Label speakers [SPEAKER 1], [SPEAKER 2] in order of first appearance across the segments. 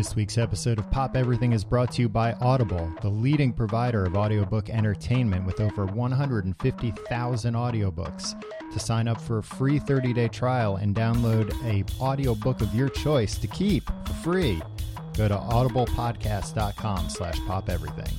[SPEAKER 1] This week's episode of Pop Everything is brought to you by Audible, the leading provider of audiobook entertainment with over 150,000 audiobooks. To sign up for a free 30-day trial and download a audiobook of your choice to keep for free, go to audiblepodcast.com slash pop everything.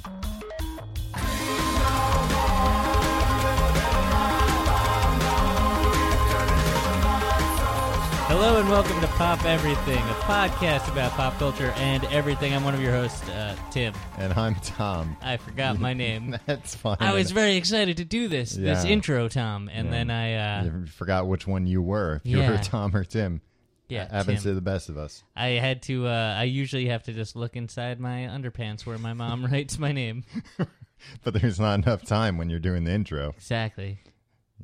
[SPEAKER 2] Hello and welcome to Pop Everything, a podcast about pop culture and everything. I'm one of your hosts, uh, Tim.
[SPEAKER 1] And I'm Tom.
[SPEAKER 2] I forgot my name.
[SPEAKER 1] That's fine.
[SPEAKER 2] I was very excited to do this this
[SPEAKER 1] Yeah.
[SPEAKER 2] intro, Tom, and then I uh,
[SPEAKER 1] You forgot which one you were, if you were
[SPEAKER 2] Yeah.
[SPEAKER 1] Tom or Tim.
[SPEAKER 2] yeah,
[SPEAKER 1] happens to
[SPEAKER 2] Tim.
[SPEAKER 1] the best of us.
[SPEAKER 2] I had to. Uh, I usually have to just look inside my underpants where my mom writes my name.
[SPEAKER 1] But there's not enough time when you're doing the intro.
[SPEAKER 2] Exactly.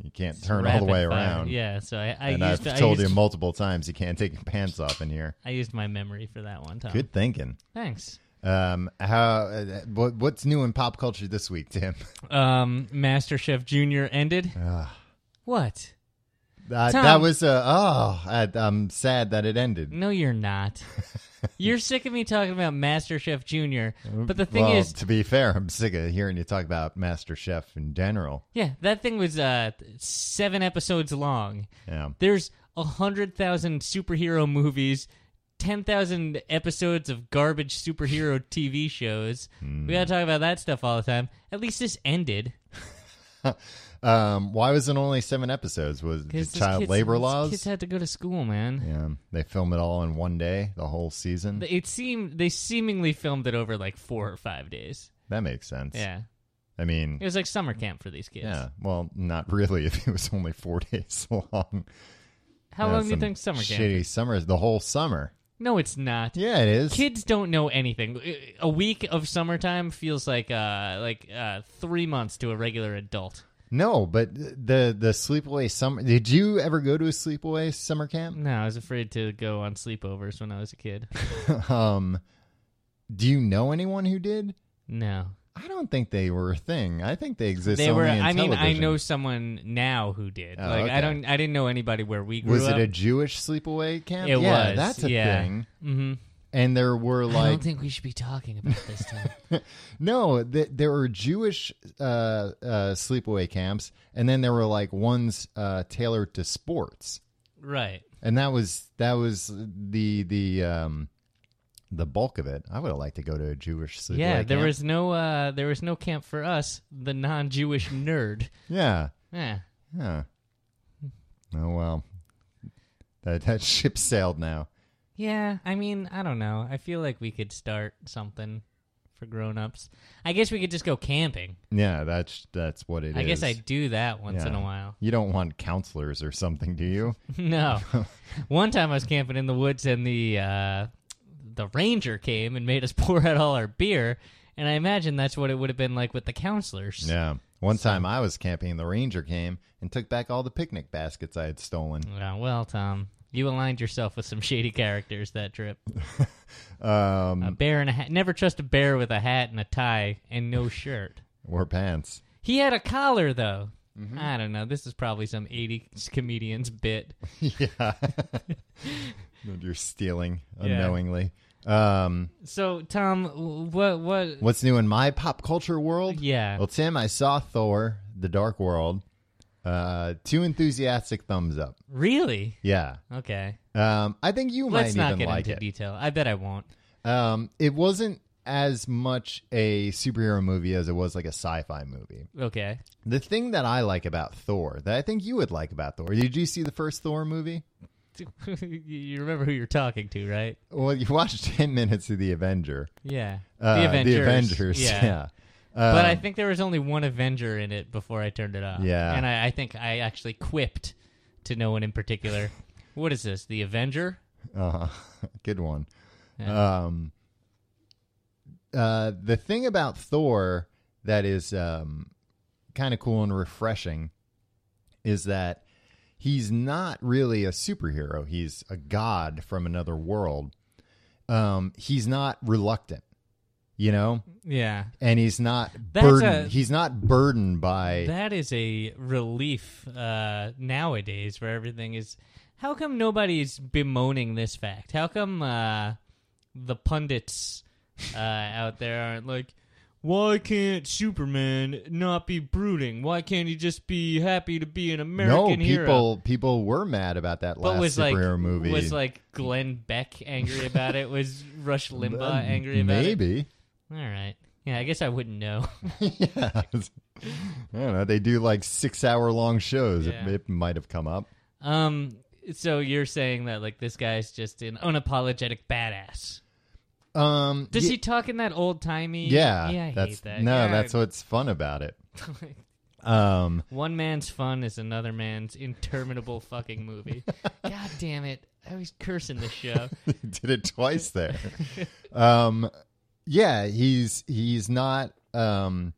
[SPEAKER 1] You can't turn all the
[SPEAKER 2] Rapid
[SPEAKER 1] way
[SPEAKER 2] fire.
[SPEAKER 1] around.
[SPEAKER 2] Yeah. So I, I
[SPEAKER 1] and
[SPEAKER 2] used.
[SPEAKER 1] I've
[SPEAKER 2] I
[SPEAKER 1] told
[SPEAKER 2] used-
[SPEAKER 1] you multiple times you can't take your pants off in here.
[SPEAKER 2] I used my memory for that one, Tom.
[SPEAKER 1] Good thinking.
[SPEAKER 2] Thanks.
[SPEAKER 1] Um, how? Uh, what, what's new in pop culture this week, Tim?
[SPEAKER 2] Um, Master Chef Junior ended.
[SPEAKER 1] Ah.
[SPEAKER 2] What?
[SPEAKER 1] That,
[SPEAKER 2] Tom. Mm,
[SPEAKER 1] that was uh, oh, I, I'm sad that it ended.
[SPEAKER 2] No, you're not. you're sick of me talking about MasterChef Junior. But the thing
[SPEAKER 1] well,
[SPEAKER 2] is,
[SPEAKER 1] to be fair, I'm sick of hearing you talk about Master Chef in general.
[SPEAKER 2] yeah, that thing was uh, seven episodes long.
[SPEAKER 1] Yeah,
[SPEAKER 2] There's a hundred thousand superhero movies, ten thousand episodes of garbage superhero TV shows. We
[SPEAKER 1] Hmm.
[SPEAKER 2] gotta talk about that stuff all the time. At least this ended.
[SPEAKER 1] um, why was it only seven episodes? Was it
[SPEAKER 2] 'Cause these
[SPEAKER 1] child
[SPEAKER 2] kids-
[SPEAKER 1] labor
[SPEAKER 2] these
[SPEAKER 1] laws?
[SPEAKER 2] Kids had to go to school, man.
[SPEAKER 1] yeah, they film it all in one day, the whole season.
[SPEAKER 2] It seemed they seemingly filmed it over like four or five days.
[SPEAKER 1] that makes sense.
[SPEAKER 2] Yeah,
[SPEAKER 1] I mean,
[SPEAKER 2] it was like summer camp for these kids.
[SPEAKER 1] yeah. Well, not really. If it was only four days long.
[SPEAKER 2] How
[SPEAKER 1] Yeah,
[SPEAKER 2] long do you
[SPEAKER 1] some
[SPEAKER 2] think summer camp?
[SPEAKER 1] Shitty summers, the whole summer.
[SPEAKER 2] No, it's not.
[SPEAKER 1] Yeah, it is.
[SPEAKER 2] Kids don't know anything. Uh, A week of summertime feels like uh like uh three months to a regular adult.
[SPEAKER 1] No, but the the sleepaway summer. Did you ever go to a sleepaway summer camp?
[SPEAKER 2] No, I was afraid to go on sleepovers when I was a kid.
[SPEAKER 1] um, do you know anyone who did?
[SPEAKER 2] No,
[SPEAKER 1] I don't think they were a thing. I think they exist.
[SPEAKER 2] they
[SPEAKER 1] only
[SPEAKER 2] were.
[SPEAKER 1] in
[SPEAKER 2] I mean, I
[SPEAKER 1] television.
[SPEAKER 2] know someone now who did.
[SPEAKER 1] Oh,
[SPEAKER 2] like
[SPEAKER 1] okay.
[SPEAKER 2] I don't. I didn't know anybody where we grew
[SPEAKER 1] Was
[SPEAKER 2] up.
[SPEAKER 1] it a Jewish sleepaway camp?
[SPEAKER 2] It
[SPEAKER 1] yeah,
[SPEAKER 2] was,
[SPEAKER 1] that's a
[SPEAKER 2] yeah.
[SPEAKER 1] thing.
[SPEAKER 2] hmm
[SPEAKER 1] And there were
[SPEAKER 2] I
[SPEAKER 1] like
[SPEAKER 2] don't think we should be talking about this time.
[SPEAKER 1] no, th- there were Jewish uh, uh, sleepaway camps, and then there were like ones uh, tailored to sports.
[SPEAKER 2] right.
[SPEAKER 1] and that was that was the the um the bulk of it. I would have liked to go to a Jewish sleepaway
[SPEAKER 2] yeah, there
[SPEAKER 1] camp.
[SPEAKER 2] was no. uh There was no camp for us, the non-Jewish nerd.
[SPEAKER 1] yeah,
[SPEAKER 2] Yeah.
[SPEAKER 1] yeah. Oh well, that that ship sailed now.
[SPEAKER 2] Yeah, I mean, I don't know. I feel like we could start something for grown-ups. I guess we could just go camping.
[SPEAKER 1] Yeah, that's that's what it is.
[SPEAKER 2] I guess I do that once in a
[SPEAKER 1] Yeah.
[SPEAKER 2] while.
[SPEAKER 1] You don't want counselors or something, do you?
[SPEAKER 2] no. One time I was camping in the woods and the uh the ranger came and made us pour out all our beer, and I imagine that's what it would have been like with the counselors.
[SPEAKER 1] Yeah. One time I was camping, and the ranger came and took back all the picnic baskets I had stolen.
[SPEAKER 2] Yeah, well, Tom, you aligned yourself with some shady characters that trip.
[SPEAKER 1] Um,
[SPEAKER 2] A bear and a hat. Never trust a bear with a hat and a tie and no shirt.
[SPEAKER 1] or pants.
[SPEAKER 2] He had a collar though.
[SPEAKER 1] Mm-hmm.
[SPEAKER 2] I don't know. This is probably some 80s comedian's bit.
[SPEAKER 1] yeah. You're stealing
[SPEAKER 2] Yeah.
[SPEAKER 1] unknowingly. Um,
[SPEAKER 2] So, Tom, w- what what
[SPEAKER 1] What's new in my pop culture world?
[SPEAKER 2] Yeah.
[SPEAKER 1] Well, Tim, I saw Thor: The Dark World. Uh, two enthusiastic thumbs up.
[SPEAKER 2] really?
[SPEAKER 1] Yeah.
[SPEAKER 2] Okay.
[SPEAKER 1] Um, I think you
[SPEAKER 2] Uh, Let's
[SPEAKER 1] might
[SPEAKER 2] not
[SPEAKER 1] even
[SPEAKER 2] get
[SPEAKER 1] like
[SPEAKER 2] into
[SPEAKER 1] it.
[SPEAKER 2] detail. I bet I won't.
[SPEAKER 1] Um, it wasn't as much a superhero movie as it was like a sci-fi movie.
[SPEAKER 2] Okay.
[SPEAKER 1] The thing that I like about Thor, that I think you would like about Thor, did you see the first Thor movie?
[SPEAKER 2] you remember who you're talking to, right?
[SPEAKER 1] Well, you watched ten minutes of the Avenger.
[SPEAKER 2] Yeah.
[SPEAKER 1] Uh,
[SPEAKER 2] the Avengers.
[SPEAKER 1] The Avengers. Yeah. Um,
[SPEAKER 2] but I think there was only one Avenger in it before I turned it off.
[SPEAKER 1] Yeah.
[SPEAKER 2] And I, I think I actually quipped to no one in particular. what is this? The Avenger?
[SPEAKER 1] Uh, good one. Um, uh, the thing about Thor that is um, kind of cool and refreshing is that he's not really a superhero. He's a god from another world. Um, he's not reluctant, you know,
[SPEAKER 2] Yeah.
[SPEAKER 1] and he's not
[SPEAKER 2] That's
[SPEAKER 1] burdened.
[SPEAKER 2] a-
[SPEAKER 1] he's not burdened by
[SPEAKER 2] That is a relief uh, nowadays where everything is. How come nobody's bemoaning this fact? How come uh, the pundits uh, out there aren't like, why can't Superman not be brooding? Why can't he just be happy to be an American
[SPEAKER 1] no
[SPEAKER 2] hero?
[SPEAKER 1] people. People were mad about that
[SPEAKER 2] but
[SPEAKER 1] last
[SPEAKER 2] was like
[SPEAKER 1] superhero movie.
[SPEAKER 2] was like Glenn Beck angry about it? Was Rush Limbaugh angry about it?
[SPEAKER 1] maybe.
[SPEAKER 2] All right. Yeah, I guess I wouldn't know.
[SPEAKER 1] yeah. I don't know. They do like six hour long shows. It-
[SPEAKER 2] Yeah.
[SPEAKER 1] It, might have come up.
[SPEAKER 2] Um. So you're saying that like this guy's just an unapologetic badass.
[SPEAKER 1] Um,
[SPEAKER 2] Does
[SPEAKER 1] ye-
[SPEAKER 2] he talk in that old timey?
[SPEAKER 1] Yeah.
[SPEAKER 2] Yeah. I
[SPEAKER 1] that's,
[SPEAKER 2] hate that.
[SPEAKER 1] No,
[SPEAKER 2] Yeah.
[SPEAKER 1] that's what's fun about it. Um,
[SPEAKER 2] One man's fun is another man's interminable fucking movie. God damn it! I was cursing the show.
[SPEAKER 1] did it twice there. um, yeah, he's he's not um,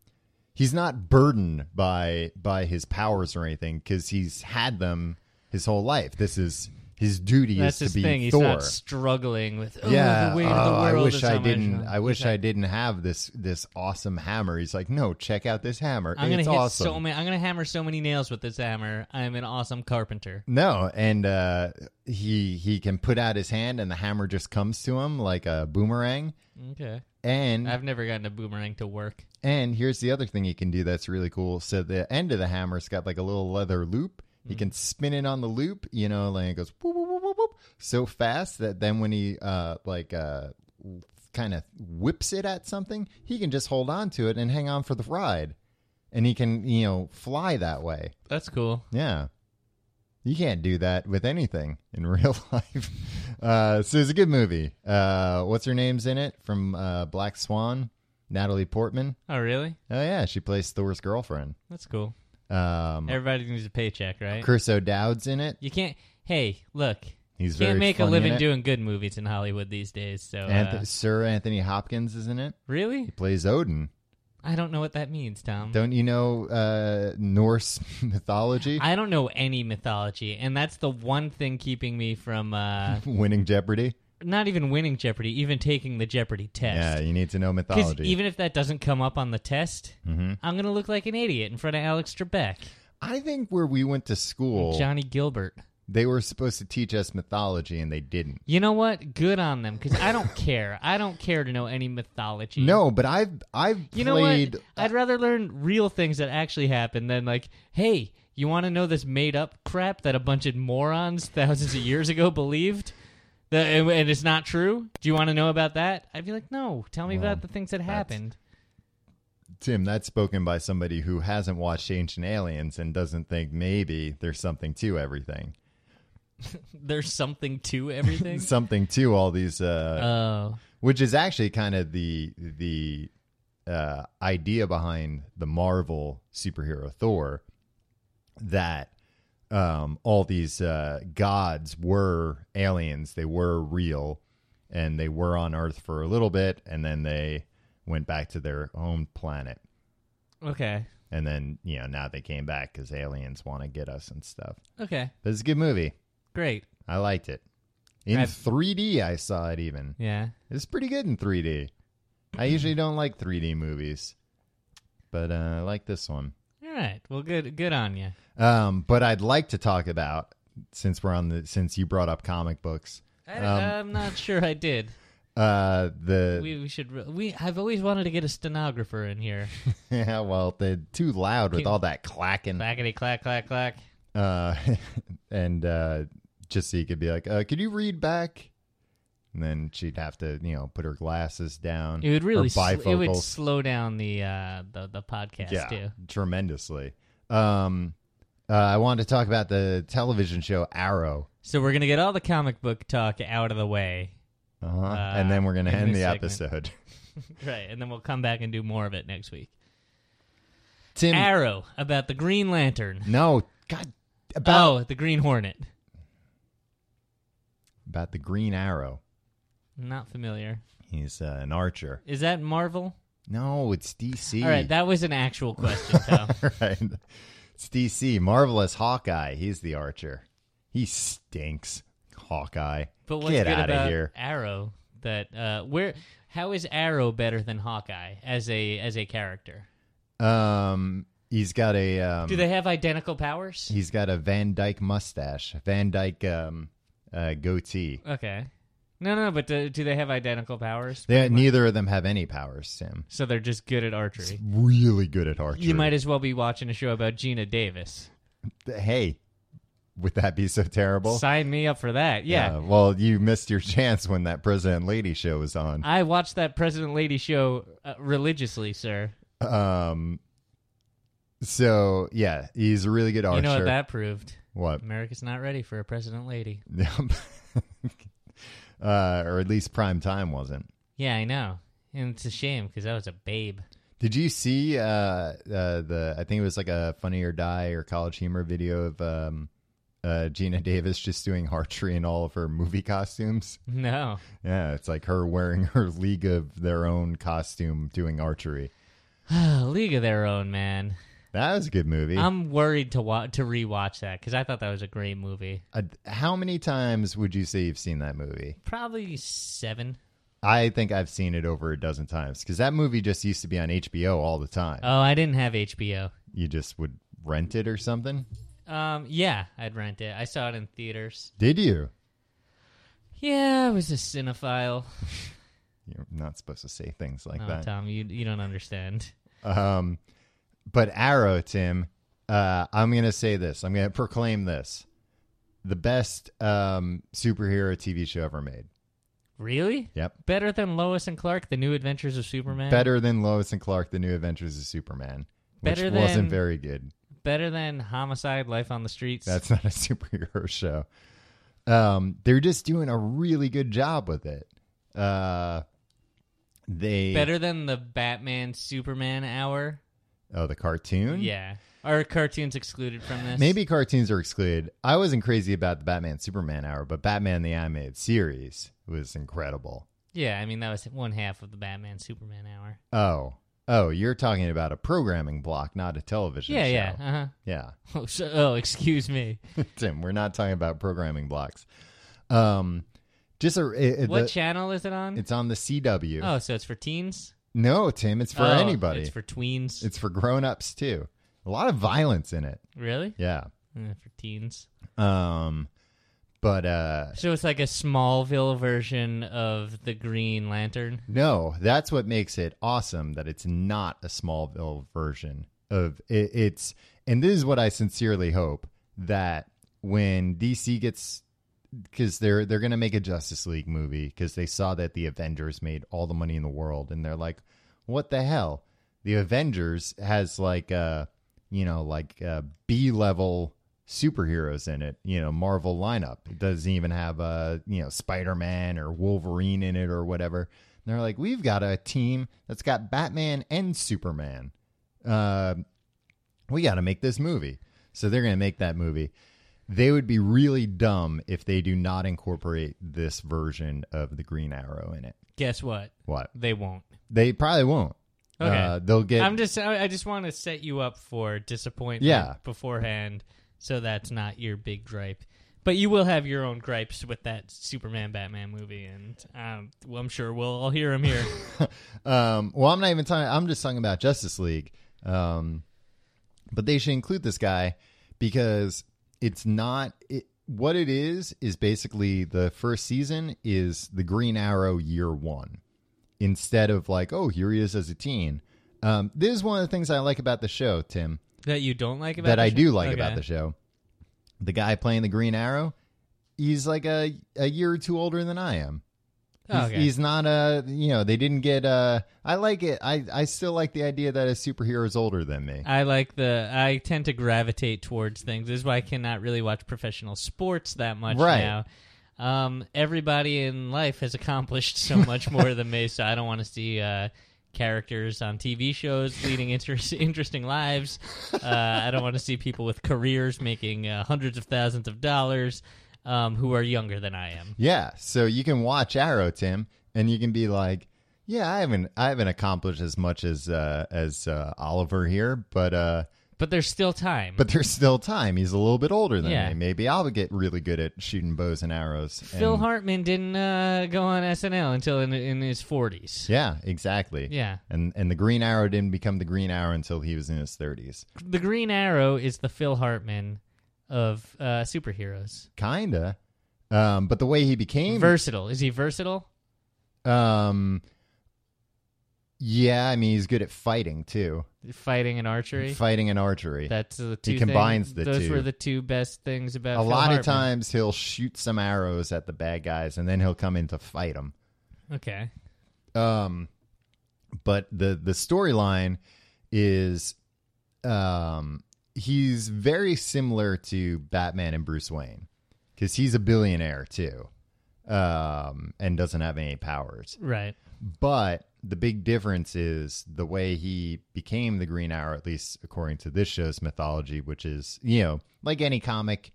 [SPEAKER 1] he's not burdened by by his powers or anything because he's had them his whole life. This is his duty
[SPEAKER 2] That's
[SPEAKER 1] is
[SPEAKER 2] his
[SPEAKER 1] to be
[SPEAKER 2] thing. He's
[SPEAKER 1] Thor.
[SPEAKER 2] not struggling with oh,
[SPEAKER 1] yeah,
[SPEAKER 2] the weight
[SPEAKER 1] oh,
[SPEAKER 2] of the
[SPEAKER 1] I
[SPEAKER 2] world.
[SPEAKER 1] wish
[SPEAKER 2] is
[SPEAKER 1] I
[SPEAKER 2] on my
[SPEAKER 1] didn't.
[SPEAKER 2] shoulders.
[SPEAKER 1] I wish I didn't have this this awesome hammer. He's like, no, check out this hammer.
[SPEAKER 2] I'm gonna
[SPEAKER 1] it's
[SPEAKER 2] hit
[SPEAKER 1] awesome.
[SPEAKER 2] so many. I'm gonna hammer so many nails with this hammer. I'm an awesome carpenter.
[SPEAKER 1] no, and uh, he he can put out his hand, and the hammer just comes to him like a boomerang.
[SPEAKER 2] Okay.
[SPEAKER 1] And
[SPEAKER 2] Mm. I've never gotten a boomerang to work.
[SPEAKER 1] and here's the other thing he can do that's really cool. So the end of the hammer's got like a little leather loop. He can spin it on the loop, you know, like it goes whoop, whoop, whoop, whoop, whoop, so fast that then when he uh like uh kind of whips it at something, he can just hold on to it and hang on for the ride. And he can, you know, fly that way.
[SPEAKER 2] That's cool.
[SPEAKER 1] Yeah. You can't do that with anything in real life. Uh, so it's a good movie. Uh, what's her name's in it from uh, Black Swan? Natalie Portman.
[SPEAKER 2] Oh, really?
[SPEAKER 1] Oh yeah, she plays Thor's girlfriend.
[SPEAKER 2] That's cool.
[SPEAKER 1] Um,
[SPEAKER 2] Everybody needs a paycheck, right?
[SPEAKER 1] Chris O'Dowd's in it.
[SPEAKER 2] You can't. Hey, look.
[SPEAKER 1] He's
[SPEAKER 2] can't
[SPEAKER 1] very
[SPEAKER 2] make a
[SPEAKER 1] funny in
[SPEAKER 2] living
[SPEAKER 1] it.
[SPEAKER 2] doing good movies in Hollywood these days. So
[SPEAKER 1] Anth-
[SPEAKER 2] uh,
[SPEAKER 1] Sir Anthony Hopkins is in it.
[SPEAKER 2] really,
[SPEAKER 1] He plays Odin.
[SPEAKER 2] I don't know what that means, Tom.
[SPEAKER 1] Don't you know uh, Norse mythology?
[SPEAKER 2] I don't know any mythology, and that's the one thing keeping me from uh,
[SPEAKER 1] Winning Jeopardy.
[SPEAKER 2] not even winning Jeopardy, even taking the Jeopardy
[SPEAKER 1] Yeah,
[SPEAKER 2] test.
[SPEAKER 1] you need to know
[SPEAKER 2] Because
[SPEAKER 1] mythology. Mm-hmm.
[SPEAKER 2] even if that doesn't come up on the test, I'm gonna look like an idiot in front of Alex Trebek,
[SPEAKER 1] I think where we went to school,
[SPEAKER 2] Johnny Gilbert.
[SPEAKER 1] they were supposed to teach us mythology, and they didn't.
[SPEAKER 2] You know what? Good on them, because I don't care. I don't care to know any mythology.
[SPEAKER 1] No, but I've I've
[SPEAKER 2] Mm. You know
[SPEAKER 1] played. uh,
[SPEAKER 2] what? I'd rather learn real things that actually happen than like, hey, you want to know this made up crap that a bunch of morons thousands of years ago believed? The, and, and it's not true? Do you want to know about that? I'd be like, no, tell me about the things that happened.
[SPEAKER 1] Tim, that's spoken by somebody who hasn't watched Ancient Aliens and doesn't think maybe there's something to everything,
[SPEAKER 2] There's something to everything.
[SPEAKER 1] something to all these uh,
[SPEAKER 2] oh,
[SPEAKER 1] which is actually kind of the the uh, idea behind the Marvel superhero Thor that um, all these uh, gods were aliens, they were real, and they were on Earth for a little bit, and then they went back to their own planet.
[SPEAKER 2] okay.
[SPEAKER 1] And then you know now they came back because aliens want to get us and stuff.
[SPEAKER 2] Okay.
[SPEAKER 1] But it's a good movie.
[SPEAKER 2] Great.
[SPEAKER 1] I liked it. In
[SPEAKER 2] I've-
[SPEAKER 1] 3D, I saw it even.
[SPEAKER 2] Yeah.
[SPEAKER 1] It's pretty good in 3D. I
[SPEAKER 2] Mm-hmm.
[SPEAKER 1] usually don't like 3D movies, but uh, I like this one.
[SPEAKER 2] All right. Well, good good on you.
[SPEAKER 1] Um, but I'd like to talk about since we're on the since you brought up comic books,
[SPEAKER 2] I, I'm not sure I did.
[SPEAKER 1] uh, the
[SPEAKER 2] We, we should. re- We I've always wanted to get a stenographer in here.
[SPEAKER 1] yeah, well, they're too loud with
[SPEAKER 2] Can-
[SPEAKER 1] all that clacking,
[SPEAKER 2] Clackety clack clack clack.
[SPEAKER 1] uh, and uh, just so you could be like, uh, "Could you read back?" And then she'd have to, you know, put her glasses down.
[SPEAKER 2] It would
[SPEAKER 1] her
[SPEAKER 2] really sl- it would
[SPEAKER 1] bifocals.
[SPEAKER 2] slow down the uh, the the podcast too.
[SPEAKER 1] tremendously. Um, uh, I wanted to talk about the television show Arrow,
[SPEAKER 2] So we're gonna get all the comic book talk out of the way,
[SPEAKER 1] uh-huh.
[SPEAKER 2] Uh,
[SPEAKER 1] and then we're going to
[SPEAKER 2] in
[SPEAKER 1] end the
[SPEAKER 2] this segment.
[SPEAKER 1] episode.
[SPEAKER 2] right? And then we'll come back and do more of it next week.
[SPEAKER 1] Tim,
[SPEAKER 2] Arrow about the Green Lantern.
[SPEAKER 1] no, God, about
[SPEAKER 2] oh, the Green Hornet.
[SPEAKER 1] about the Green Arrow.
[SPEAKER 2] Not familiar.
[SPEAKER 1] He's uh, an archer.
[SPEAKER 2] Is that Marvel?
[SPEAKER 1] No, it's DC.
[SPEAKER 2] All right, that was an actual question, Tom.
[SPEAKER 1] right. It's DC. Marvelous Hawkeye. He's the archer. He stinks. Hawkeye.
[SPEAKER 2] But what's
[SPEAKER 1] Get
[SPEAKER 2] good
[SPEAKER 1] out
[SPEAKER 2] about
[SPEAKER 1] of here.
[SPEAKER 2] Arrow? That uh, where? How is Arrow better than Hawkeye as a as a character?
[SPEAKER 1] Um, he's got a um,
[SPEAKER 2] Do they have identical powers?
[SPEAKER 1] he's got a Van Dyke mustache, Van Dyke um, uh, goatee.
[SPEAKER 2] Okay. No, no, but do, do they have identical powers?
[SPEAKER 1] They, neither of them have any powers. Tim
[SPEAKER 2] So they're just good at archery.
[SPEAKER 1] really good at archery.
[SPEAKER 2] You might as well be watching a show about Gina Davis.
[SPEAKER 1] hey, would that be so terrible? Uh,
[SPEAKER 2] Sign me up for that. Yeah.
[SPEAKER 1] well, you missed your chance when that President Lady show was on.
[SPEAKER 2] I watched that President Lady show uh, religiously, sir.
[SPEAKER 1] Um. So yeah, he's a really good archer.
[SPEAKER 2] You know what that proved?
[SPEAKER 1] Oh, What?
[SPEAKER 2] America's not ready for a President Lady.
[SPEAKER 1] Yep. uh, or at least prime time wasn't.
[SPEAKER 2] Yeah, I know. And it's a shame because I was a babe.
[SPEAKER 1] Did you see uh, uh, the? I think it was like a Funny or Die or College Humor video of um, uh, Gina Davis just doing archery in all of her movie costumes.
[SPEAKER 2] No.
[SPEAKER 1] Yeah, it's like her wearing her League of Their Own costume doing archery.
[SPEAKER 2] Uh, League of Their Own, man.
[SPEAKER 1] That was a good movie.
[SPEAKER 2] I'm worried to wa- to rewatch that because I thought that was a great movie.
[SPEAKER 1] Uh, how many times would you say you've seen that movie?
[SPEAKER 2] Probably seven.
[SPEAKER 1] I think I've seen it over a dozen times because that movie just used to be on HBO all the time.
[SPEAKER 2] Oh, I didn't have HBO.
[SPEAKER 1] you just would rent it or something.
[SPEAKER 2] Um, yeah, I'd rent it. I saw it in theaters.
[SPEAKER 1] Did you?
[SPEAKER 2] Yeah, I was a cinephile.
[SPEAKER 1] You're not supposed to say things like
[SPEAKER 2] Oh,
[SPEAKER 1] that.
[SPEAKER 2] Tom, you you don't understand.
[SPEAKER 1] Um, but Arrow, Tim, uh, I'm going to say this. I'm going to proclaim this: the best um, superhero TV show ever made.
[SPEAKER 2] Really?
[SPEAKER 1] Yep.
[SPEAKER 2] Better than Lois and Clark: The New Adventures of Superman.
[SPEAKER 1] Better than Lois and Clark: The New Adventures of Superman, which
[SPEAKER 2] Better than-
[SPEAKER 1] wasn't very good.
[SPEAKER 2] Better than Homicide: Life on the Streets.
[SPEAKER 1] That's not a superhero show. Um, they're just doing a really good job with it. Uh, they
[SPEAKER 2] better than the Batman Superman Hour.
[SPEAKER 1] Oh, the cartoon.
[SPEAKER 2] Yeah. Are cartoons excluded from this?
[SPEAKER 1] Maybe cartoons are excluded. I wasn't crazy about the Batman Superman hour, but Batman the animated series was incredible.
[SPEAKER 2] Yeah, I mean that was one half of the Batman Superman Hour.
[SPEAKER 1] Oh, oh, you're talking about a programming block, not a television
[SPEAKER 2] Yeah,
[SPEAKER 1] show.
[SPEAKER 2] yeah. Uh huh.
[SPEAKER 1] yeah.
[SPEAKER 2] Oh, so, oh, excuse me.
[SPEAKER 1] Tim, we're not talking about programming blocks. Um, just a it- it-
[SPEAKER 2] what
[SPEAKER 1] the-
[SPEAKER 2] channel is it on?
[SPEAKER 1] it's on the CW.
[SPEAKER 2] oh, so it's for teens.
[SPEAKER 1] No, Tim, it's for
[SPEAKER 2] Oh,
[SPEAKER 1] anybody.
[SPEAKER 2] It's for tweens.
[SPEAKER 1] It's for grown-ups too. A lot of violence in it.
[SPEAKER 2] really?
[SPEAKER 1] Yeah.
[SPEAKER 2] Uh, for teens.
[SPEAKER 1] Um, but uh,
[SPEAKER 2] So it's like a Smallville version of the Green Lantern.
[SPEAKER 1] No, that's what makes it awesome that it's not a Smallville version of it, it's and this is what I sincerely hope that when DC gets cuz they're they're going to make a Justice League movie cuz they saw that the Avengers made all the money in the world and they're like what the hell? The Avengers has like uh you know like uh B level superheroes in it, you know, Marvel lineup. It doesn't even have a, you know, Spider-Man or Wolverine in it or whatever. And they're like, "We've got a team that's got Batman and Superman. Uh, we got to make this movie." So they're going to make that movie. They would be really dumb if they do not incorporate this version of the Green Arrow in it.
[SPEAKER 2] Guess what?
[SPEAKER 1] What?
[SPEAKER 2] They won't.
[SPEAKER 1] They probably won't.
[SPEAKER 2] Okay.
[SPEAKER 1] Uh, they'll get
[SPEAKER 2] I'm just. I I just want to set you up for disappointment
[SPEAKER 1] Yeah.
[SPEAKER 2] beforehand, so that's not your big gripe. But you will have your own gripes with that Superman Batman movie, and um, well, I'm sure we'll all hear them here.
[SPEAKER 1] Um, well, I'm not even talking. I'm just talking about Justice League. Um, but they should include this guy because it's not. It, what it is is basically the first season is the Green Arrow year one, instead of like, oh, here he is as a teen. Um, this is one of the things I like about the show, Tim.
[SPEAKER 2] that you don't like about
[SPEAKER 1] That
[SPEAKER 2] the
[SPEAKER 1] I
[SPEAKER 2] show?
[SPEAKER 1] do like
[SPEAKER 2] Okay.
[SPEAKER 1] about the show. The guy playing the Green Arrow he's like a a year or two older than I am. He's,
[SPEAKER 2] Oh, Okay.
[SPEAKER 1] he's not a you know they didn't get uh I like it I I still like the idea that a superhero is older than me.
[SPEAKER 2] I like the. I tend to gravitate towards things. This is why I cannot really watch professional sports that much
[SPEAKER 1] Right.
[SPEAKER 2] now. Um, everybody in life has accomplished so much more than me, so I don't want to see uh, characters on TV shows leading inter- interesting lives. Uh, I don't want to see people with careers making uh, hundreds of thousands of dollars um, who are younger than I am.
[SPEAKER 1] Yeah, so you can watch Arrow, Tim, and you can be like, yeah, I haven't I haven't accomplished as much as uh, as uh, Oliver here, but uh,
[SPEAKER 2] But there's still time.
[SPEAKER 1] but there's still time. He's a little bit older than
[SPEAKER 2] Yeah.
[SPEAKER 1] me. Maybe I'll get really good at shooting bows and arrows.
[SPEAKER 2] Phil
[SPEAKER 1] and-
[SPEAKER 2] Hartman didn't uh, go on SNL until in, in his 40s.
[SPEAKER 1] Yeah, exactly.
[SPEAKER 2] Yeah.
[SPEAKER 1] and and the Green Arrow didn't become the Green Arrow until he was in his thirties.
[SPEAKER 2] the Green Arrow is the Phil Hartman of uh, superheroes.
[SPEAKER 1] Kinda, um, but the way he became
[SPEAKER 2] Versatile. Is he versatile?
[SPEAKER 1] um, yeah, I mean he's good at fighting too,
[SPEAKER 2] Fighting and archery.
[SPEAKER 1] fighting and archery.
[SPEAKER 2] That's the two.
[SPEAKER 1] combines
[SPEAKER 2] things.
[SPEAKER 1] the
[SPEAKER 2] Those
[SPEAKER 1] two.
[SPEAKER 2] were the two best things about
[SPEAKER 1] a
[SPEAKER 2] Phil
[SPEAKER 1] lot
[SPEAKER 2] Hartman.
[SPEAKER 1] of times he'll shoot some arrows at the bad guys and then he'll come in to fight them
[SPEAKER 2] Okay.
[SPEAKER 1] um but the the storyline is um he's very similar to batman and bruce wayne because he's a billionaire too um and doesn't have any powers
[SPEAKER 2] Right.
[SPEAKER 1] but the big difference is the way he became the Green Arrow, at least according to this show's mythology, which is, you know, like any comic,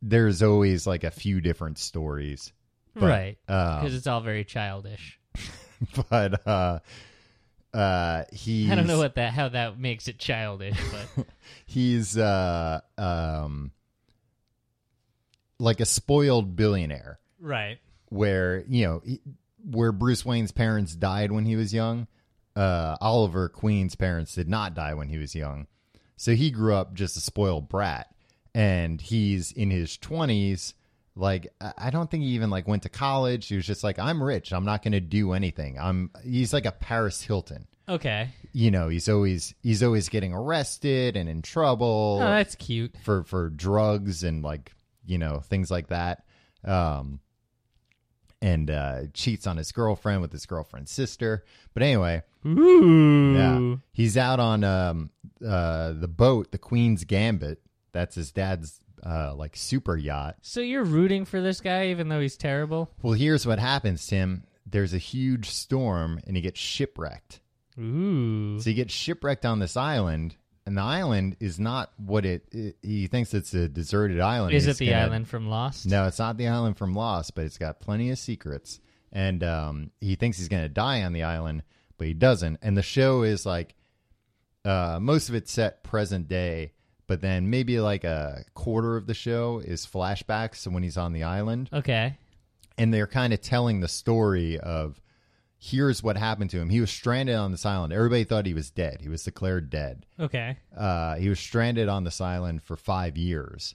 [SPEAKER 1] there's always like a few different stories. But,
[SPEAKER 2] right.
[SPEAKER 1] um,
[SPEAKER 2] Because it's all very childish.
[SPEAKER 1] But uh uh he's
[SPEAKER 2] I don't know what that how that makes it childish, but
[SPEAKER 1] he's uh um like a spoiled billionaire.
[SPEAKER 2] right.
[SPEAKER 1] where you know he- where Bruce Wayne's parents died when he was young. Uh, Oliver Queen's parents did not die when he was young, so he grew up just a spoiled brat, and he's in his twenties. Like I I don't think he even like went to college. He was just like, I'm rich. I'm not going to do anything. I'm. He's like a Paris Hilton.
[SPEAKER 2] Okay.
[SPEAKER 1] You know, he's always he's always getting arrested and in trouble
[SPEAKER 2] Oh, that's cute.
[SPEAKER 1] for for drugs and like you know things like that um and uh cheats on his girlfriend with his girlfriend's sister but anyway
[SPEAKER 2] Ooh.
[SPEAKER 1] yeah he's out on um uh the boat the queen's gambit that's his dad's uh like super yacht
[SPEAKER 2] So you're rooting for this guy even though he's terrible?
[SPEAKER 1] well here's what happens tim there's a huge storm and he gets shipwrecked
[SPEAKER 2] Ooh.
[SPEAKER 1] So you get shipwrecked on this island, and the island is not what it. it- he thinks it's a deserted island.
[SPEAKER 2] Is
[SPEAKER 1] He's
[SPEAKER 2] it the
[SPEAKER 1] gonna-
[SPEAKER 2] island from Lost?
[SPEAKER 1] No, it's not the island from Lost, but it's got plenty of secrets. And um, he thinks he's going to die on the island, but he doesn't. And the show is like uh, most of it's set present day, but then maybe like a quarter of the show is flashbacks to when he's on the island
[SPEAKER 2] Okay.
[SPEAKER 1] and they're kind of telling the story of here's what happened to him. He was stranded on this island. Everybody thought he was dead. He was declared dead.
[SPEAKER 2] Okay.
[SPEAKER 1] Uh, he was stranded on this island for five years,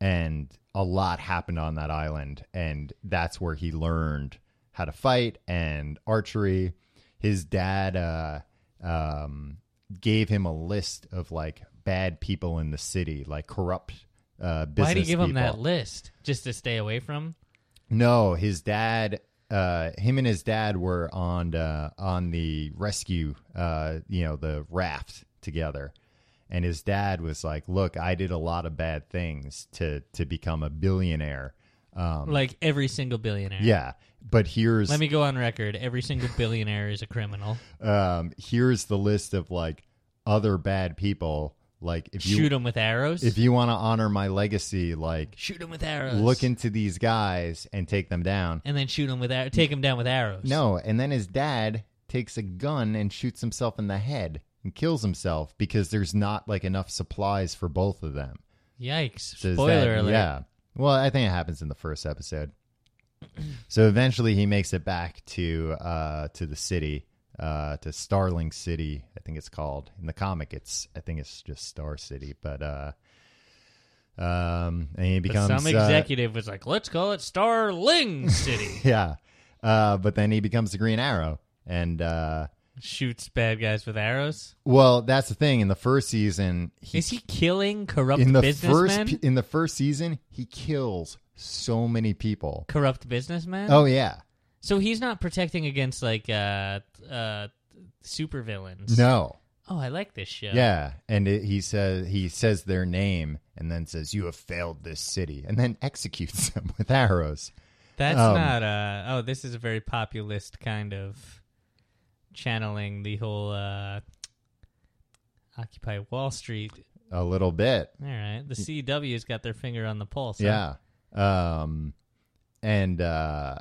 [SPEAKER 1] and a lot happened on that island, and that's where he learned how to fight and archery. His dad uh, um, gave him a list of like bad people in the city, like corrupt uh, business.
[SPEAKER 2] Why do you give him that
[SPEAKER 1] people.
[SPEAKER 2] list? Just to stay away from?
[SPEAKER 1] No, his dad, uh, him and his dad were on uh, on the rescue, uh, you know, the raft together, and his dad was like, "Look, I did a lot of bad things to to become a billionaire." Um,
[SPEAKER 2] like every single billionaire.
[SPEAKER 1] yeah, but here's
[SPEAKER 2] Let me go on record. Every single billionaire is a criminal.
[SPEAKER 1] um, here's the list of like other bad people. Like if you
[SPEAKER 2] Shoot them with arrows.
[SPEAKER 1] if you want to honor my legacy, like
[SPEAKER 2] shoot them with arrows.
[SPEAKER 1] look into these guys and take them down.
[SPEAKER 2] and then shoot them with arrows. Take them down with arrows.
[SPEAKER 1] No, and then his dad takes a gun and shoots himself in the head and kills himself because there's not like enough supplies for both of them.
[SPEAKER 2] Yikes!
[SPEAKER 1] So his
[SPEAKER 2] Spoiler
[SPEAKER 1] dad-
[SPEAKER 2] alert.
[SPEAKER 1] Yeah. Well, I think it happens in the first episode. So eventually he makes it back to uh to the city, uh to Starling City, I think it's called. In the comic it's I think it's just Star City, but uh um and he
[SPEAKER 2] But
[SPEAKER 1] becomes
[SPEAKER 2] some
[SPEAKER 1] uh,
[SPEAKER 2] executive was like, "Let's call it Starling City."
[SPEAKER 1] yeah. Uh, but then he becomes the Green Arrow, and uh,
[SPEAKER 2] shoots bad guys with arrows.
[SPEAKER 1] Well, that's the thing. In the first season, he,
[SPEAKER 2] Is he killing corrupt
[SPEAKER 1] in the first
[SPEAKER 2] businessmen?
[SPEAKER 1] pe- in the first season he kills so many people.
[SPEAKER 2] corrupt businessmen.
[SPEAKER 1] Oh yeah,
[SPEAKER 2] so he's not protecting against like uh uh supervillains.
[SPEAKER 1] no,
[SPEAKER 2] Oh, I like this show.
[SPEAKER 1] yeah. And it, he says he says their name and then says, "You have failed this city," and then executes them with arrows.
[SPEAKER 2] That's
[SPEAKER 1] Um,
[SPEAKER 2] not uh oh, this is a very populist kind of channeling the whole uh Occupy Wall Street.
[SPEAKER 1] A little bit,
[SPEAKER 2] All right. The CW's got their finger on the pulse.
[SPEAKER 1] yeah.
[SPEAKER 2] huh?
[SPEAKER 1] Um, and uh,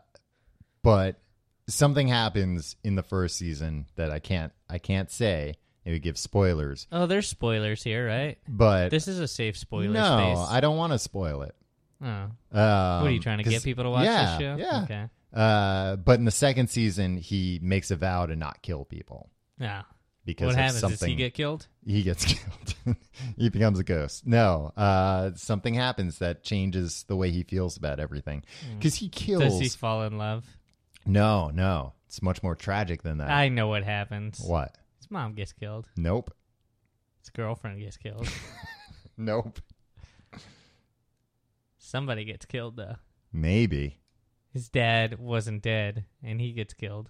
[SPEAKER 1] but something happens in the first season that I can't I can't say. It would give spoilers,
[SPEAKER 2] Oh, there's spoilers here, right?
[SPEAKER 1] but
[SPEAKER 2] This is a safe spoiler
[SPEAKER 1] no,
[SPEAKER 2] space.
[SPEAKER 1] I don't want to spoil it.
[SPEAKER 2] Oh.
[SPEAKER 1] Um,
[SPEAKER 2] What are you trying to
[SPEAKER 1] 'cause-
[SPEAKER 2] get people to watch this
[SPEAKER 1] yeah,
[SPEAKER 2] show?
[SPEAKER 1] Yeah.
[SPEAKER 2] Okay.
[SPEAKER 1] Uh, but in the second season, he makes a vow to not kill people
[SPEAKER 2] No.
[SPEAKER 1] because
[SPEAKER 2] What
[SPEAKER 1] of
[SPEAKER 2] happens?
[SPEAKER 1] something
[SPEAKER 2] Does he get killed?
[SPEAKER 1] he gets killed. he becomes a ghost. No, uh, something happens that changes the way he feels about everything because he kills.
[SPEAKER 2] Hmm. Does he fall in love?
[SPEAKER 1] no, no, it's much more tragic than that.
[SPEAKER 2] I know what happens.
[SPEAKER 1] What?
[SPEAKER 2] His mom gets killed.
[SPEAKER 1] Nope.
[SPEAKER 2] His girlfriend gets killed.
[SPEAKER 1] Nope.
[SPEAKER 2] Somebody gets killed though.
[SPEAKER 1] Maybe.
[SPEAKER 2] His dad wasn't dead, and he gets killed.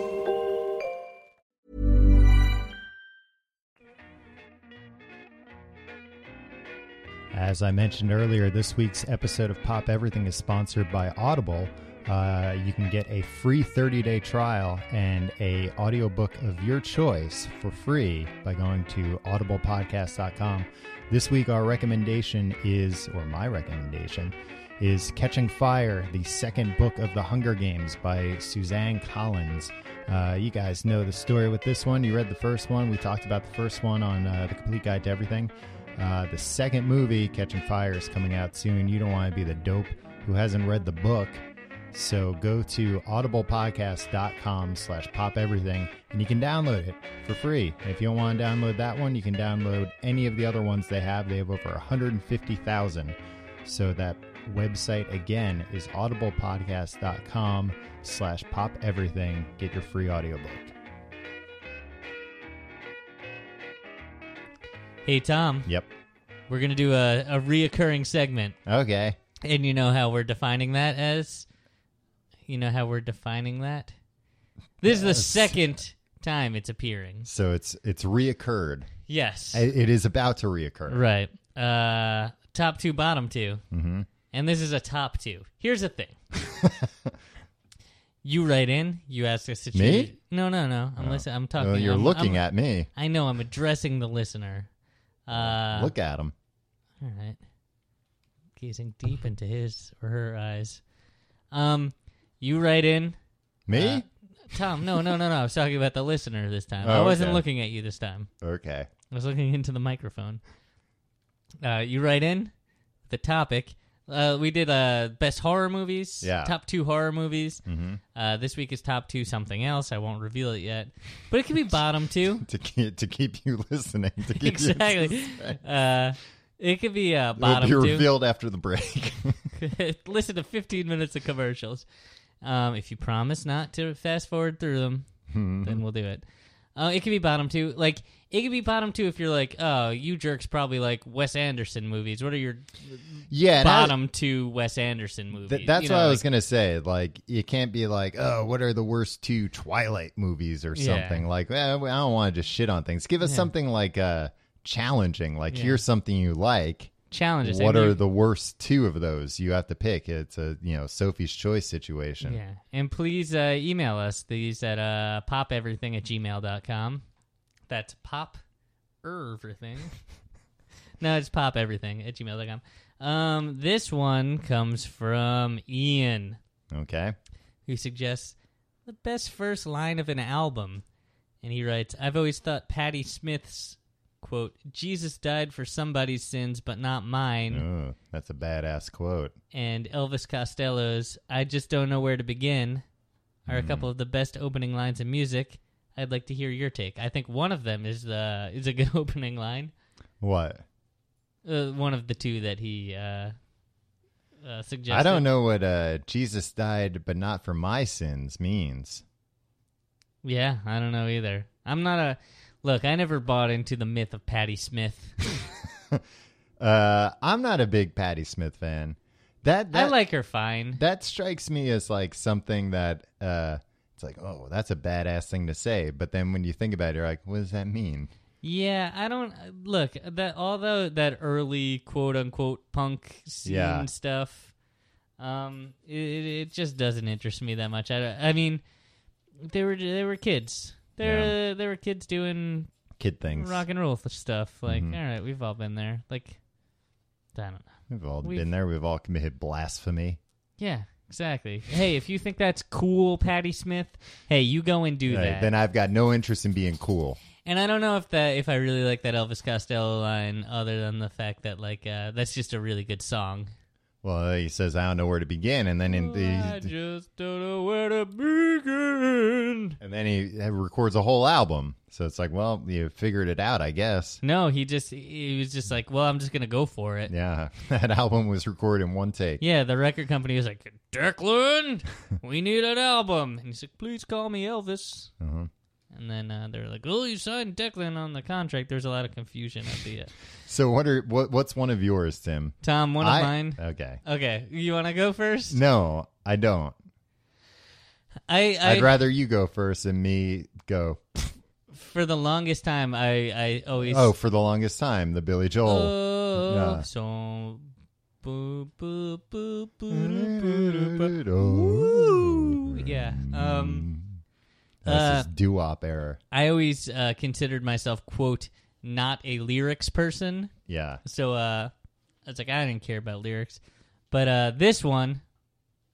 [SPEAKER 1] As I mentioned earlier, this week's episode of Pop Everything is sponsored by Audible. Uh, you can get a free 30-day trial and a audiobook of your choice for free by going to audiblepodcast.com. This week our recommendation is or my recommendation is Catching Fire, the second book of the Hunger Games by Suzanne Collins. Uh, you guys know the story with this one. You read the first one. We talked about the first one on uh, The Complete Guide to Everything. Uh, the second movie, Catching Fire, is coming out soon. You don't want to be the dope who hasn't read the book. So go to audiblepodcast.com slash pop everything and you can download it for free. And if you don't want to download that one, you can download any of the other ones they have. They have over 150,000. So that website again is audiblepodcast.com slash pop everything. Get your free audiobook.
[SPEAKER 2] Hey Tom,
[SPEAKER 1] Yep.
[SPEAKER 2] we're gonna do a, a reoccurring segment,
[SPEAKER 1] Okay.
[SPEAKER 2] and you know how we're defining that as. You know how we're defining that. This is the
[SPEAKER 1] Yes.
[SPEAKER 2] second time it's appearing.
[SPEAKER 1] So it's it's reoccurred.
[SPEAKER 2] Yes.
[SPEAKER 1] It it is about to reoccur.
[SPEAKER 2] Right. Uh, top two, bottom 2 Mm-hmm. And this is a top two. Here's the thing. you write in. You ask us to choose.
[SPEAKER 1] Me? Oh.
[SPEAKER 2] No, no, no. I'm listening. I'm talking.
[SPEAKER 1] Well, you're
[SPEAKER 2] I'm-
[SPEAKER 1] looking
[SPEAKER 2] I'm-
[SPEAKER 1] at me.
[SPEAKER 2] I know. I'm addressing the listener. Uh,
[SPEAKER 1] Look at him.
[SPEAKER 2] all right. Gazing deep into his or her eyes. Um, you write in.
[SPEAKER 1] Me?
[SPEAKER 2] uh, Tom, no, no, no, no. I was talking about the listener this time.
[SPEAKER 1] Oh,
[SPEAKER 2] I wasn't
[SPEAKER 1] okay.
[SPEAKER 2] looking at you this time.
[SPEAKER 1] okay.
[SPEAKER 2] I was looking into the microphone. Uh, you write in the topic. Uh, we did uh, best horror movies.
[SPEAKER 1] Yeah.
[SPEAKER 2] Top two horror movies. Mm-hmm. Uh, this week is top two something else. I won't reveal it yet, but it could be bottom two.
[SPEAKER 1] To keep, to keep you listening. To keep
[SPEAKER 2] exactly.
[SPEAKER 1] You,
[SPEAKER 2] Uh, it could be uh,
[SPEAKER 1] it'll
[SPEAKER 2] bottom
[SPEAKER 1] be
[SPEAKER 2] two.
[SPEAKER 1] revealed after the break.
[SPEAKER 2] Listen to 15 minutes of
[SPEAKER 1] Hmm.
[SPEAKER 2] commercials. Um, if you promise not to fast forward through them, then we'll do it. Uh, it could be bottom two. Like it could be bottom two if you're like, oh, you jerks probably like Wes Anderson movies. What are your
[SPEAKER 1] Yeah, and I-
[SPEAKER 2] bottom two Wes Anderson movies?
[SPEAKER 1] Th- that's
[SPEAKER 2] You know,
[SPEAKER 1] what I
[SPEAKER 2] like-
[SPEAKER 1] was gonna say. Like, you can't be like, "Oh, what are the worst two Twilight movies or
[SPEAKER 2] Yeah.
[SPEAKER 1] something?" Like, eh, I don't want to just shit on things. Give us something like uh, challenging. Like, here's something you like.
[SPEAKER 2] challenges.
[SPEAKER 1] what
[SPEAKER 2] and
[SPEAKER 1] are
[SPEAKER 2] you-
[SPEAKER 1] the worst two of those you have to pick? It's a you know Sophie's choice situation.
[SPEAKER 2] Yeah, and please uh, email us these at uh, popeverything at gmail.com. That's pop everything. no, it's pop everything at gmail.com. Um, this one comes from Ian,
[SPEAKER 1] Okay.
[SPEAKER 2] who suggests the best first line of an album. And he writes, I've always thought Patti Smith's, quote, Jesus died for somebody's sins, but not mine
[SPEAKER 1] Ooh, that's a badass quote.
[SPEAKER 2] and Elvis Costello's I Just Don't Know Where to Begin are
[SPEAKER 1] Hmm.
[SPEAKER 2] a couple of the best opening lines in music. I'd like to hear your take. I think one of them is the is a good opening line.
[SPEAKER 1] What?
[SPEAKER 2] Uh, one of the two that he uh, uh, suggested.
[SPEAKER 1] I don't know what uh, Jesus died, but not for my sins means.
[SPEAKER 2] Yeah, I don't know either. I'm not a look. I never bought into the myth of Patti Smith.
[SPEAKER 1] Uh, I'm not a big Patti Smith fan. That, that
[SPEAKER 2] I like her fine.
[SPEAKER 1] that strikes me as like something that uh it's like oh that's a badass thing to say but then when you think about it you're like what does that mean
[SPEAKER 2] Yeah, I don't uh, look that. Although that early quote unquote punk scene
[SPEAKER 1] Yeah.
[SPEAKER 2] stuff, um, it, it it just doesn't interest me that much. I, I mean, they were they were kids. They're uh, they were kids doing
[SPEAKER 1] kid things
[SPEAKER 2] rock and roll stuff. Like, all right, we've all been there. Like, I don't know.
[SPEAKER 1] we've all
[SPEAKER 2] we've-
[SPEAKER 1] been there we've all committed blasphemy
[SPEAKER 2] Yeah, exactly. hey, if you think that's cool, Patty Smith, hey, you go and do
[SPEAKER 1] Right,
[SPEAKER 2] that.
[SPEAKER 1] then i've got no interest in being cool
[SPEAKER 2] And I don't know if that if I really like that Elvis Costello line, other than the fact that like uh, that's just a really good song.
[SPEAKER 1] well he says i don't know where to begin and then in
[SPEAKER 2] I
[SPEAKER 1] the,
[SPEAKER 2] just don't know where to begin.
[SPEAKER 1] and then he records a whole album so it's like well you figured it out i guess
[SPEAKER 2] No, he just he was just like, well, I'm just gonna go for it. Yeah,
[SPEAKER 1] yeah that album was recorded in one take
[SPEAKER 2] the record company was like, Declan, we need an album, and he's like, please call me Elvis.
[SPEAKER 1] Uh-huh.
[SPEAKER 2] And then uh, they're like, oh, you signed Declan on the contract. There's a lot of confusion at the uh,
[SPEAKER 1] so what are what what's one of yours tim
[SPEAKER 2] Tom. One of
[SPEAKER 1] I-
[SPEAKER 2] mine.
[SPEAKER 1] okay
[SPEAKER 2] Okay, you want to go first?
[SPEAKER 1] no i don't
[SPEAKER 2] I, I
[SPEAKER 1] I'd rather you go first and me go.
[SPEAKER 2] for the longest time, I I always
[SPEAKER 1] Oh, for the longest time, the Billy Joel.
[SPEAKER 2] Oh,
[SPEAKER 1] Yeah.
[SPEAKER 2] so boo, boo, boo, boo, doo, boo, doo, boo.
[SPEAKER 1] Ooh.
[SPEAKER 2] yeah. Um, Uh,
[SPEAKER 1] That's his doo wop error.
[SPEAKER 2] I always uh, considered myself quote not a lyrics person,
[SPEAKER 1] Yeah.
[SPEAKER 2] so uh, I was like I didn't care about lyrics, but uh, this one,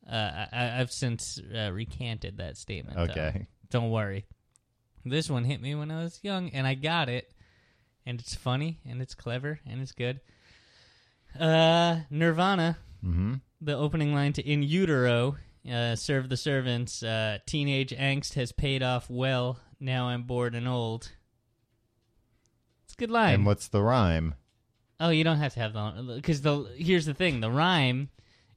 [SPEAKER 2] uh, I, I- I've since uh, recanted that statement. though.
[SPEAKER 1] Okay.
[SPEAKER 2] don't worry. This one hit me when I was young, and I got it. And it's funny, and it's clever, and it's good. Uh, Nirvana, the opening line to "In Utero," uh, "Serve the servants." Uh, Teenage angst has paid off well. Now I'm bored and old. It's a good line.
[SPEAKER 1] And what's the rhyme?
[SPEAKER 2] Oh, you don't have to have the because the here's the thing: the rhyme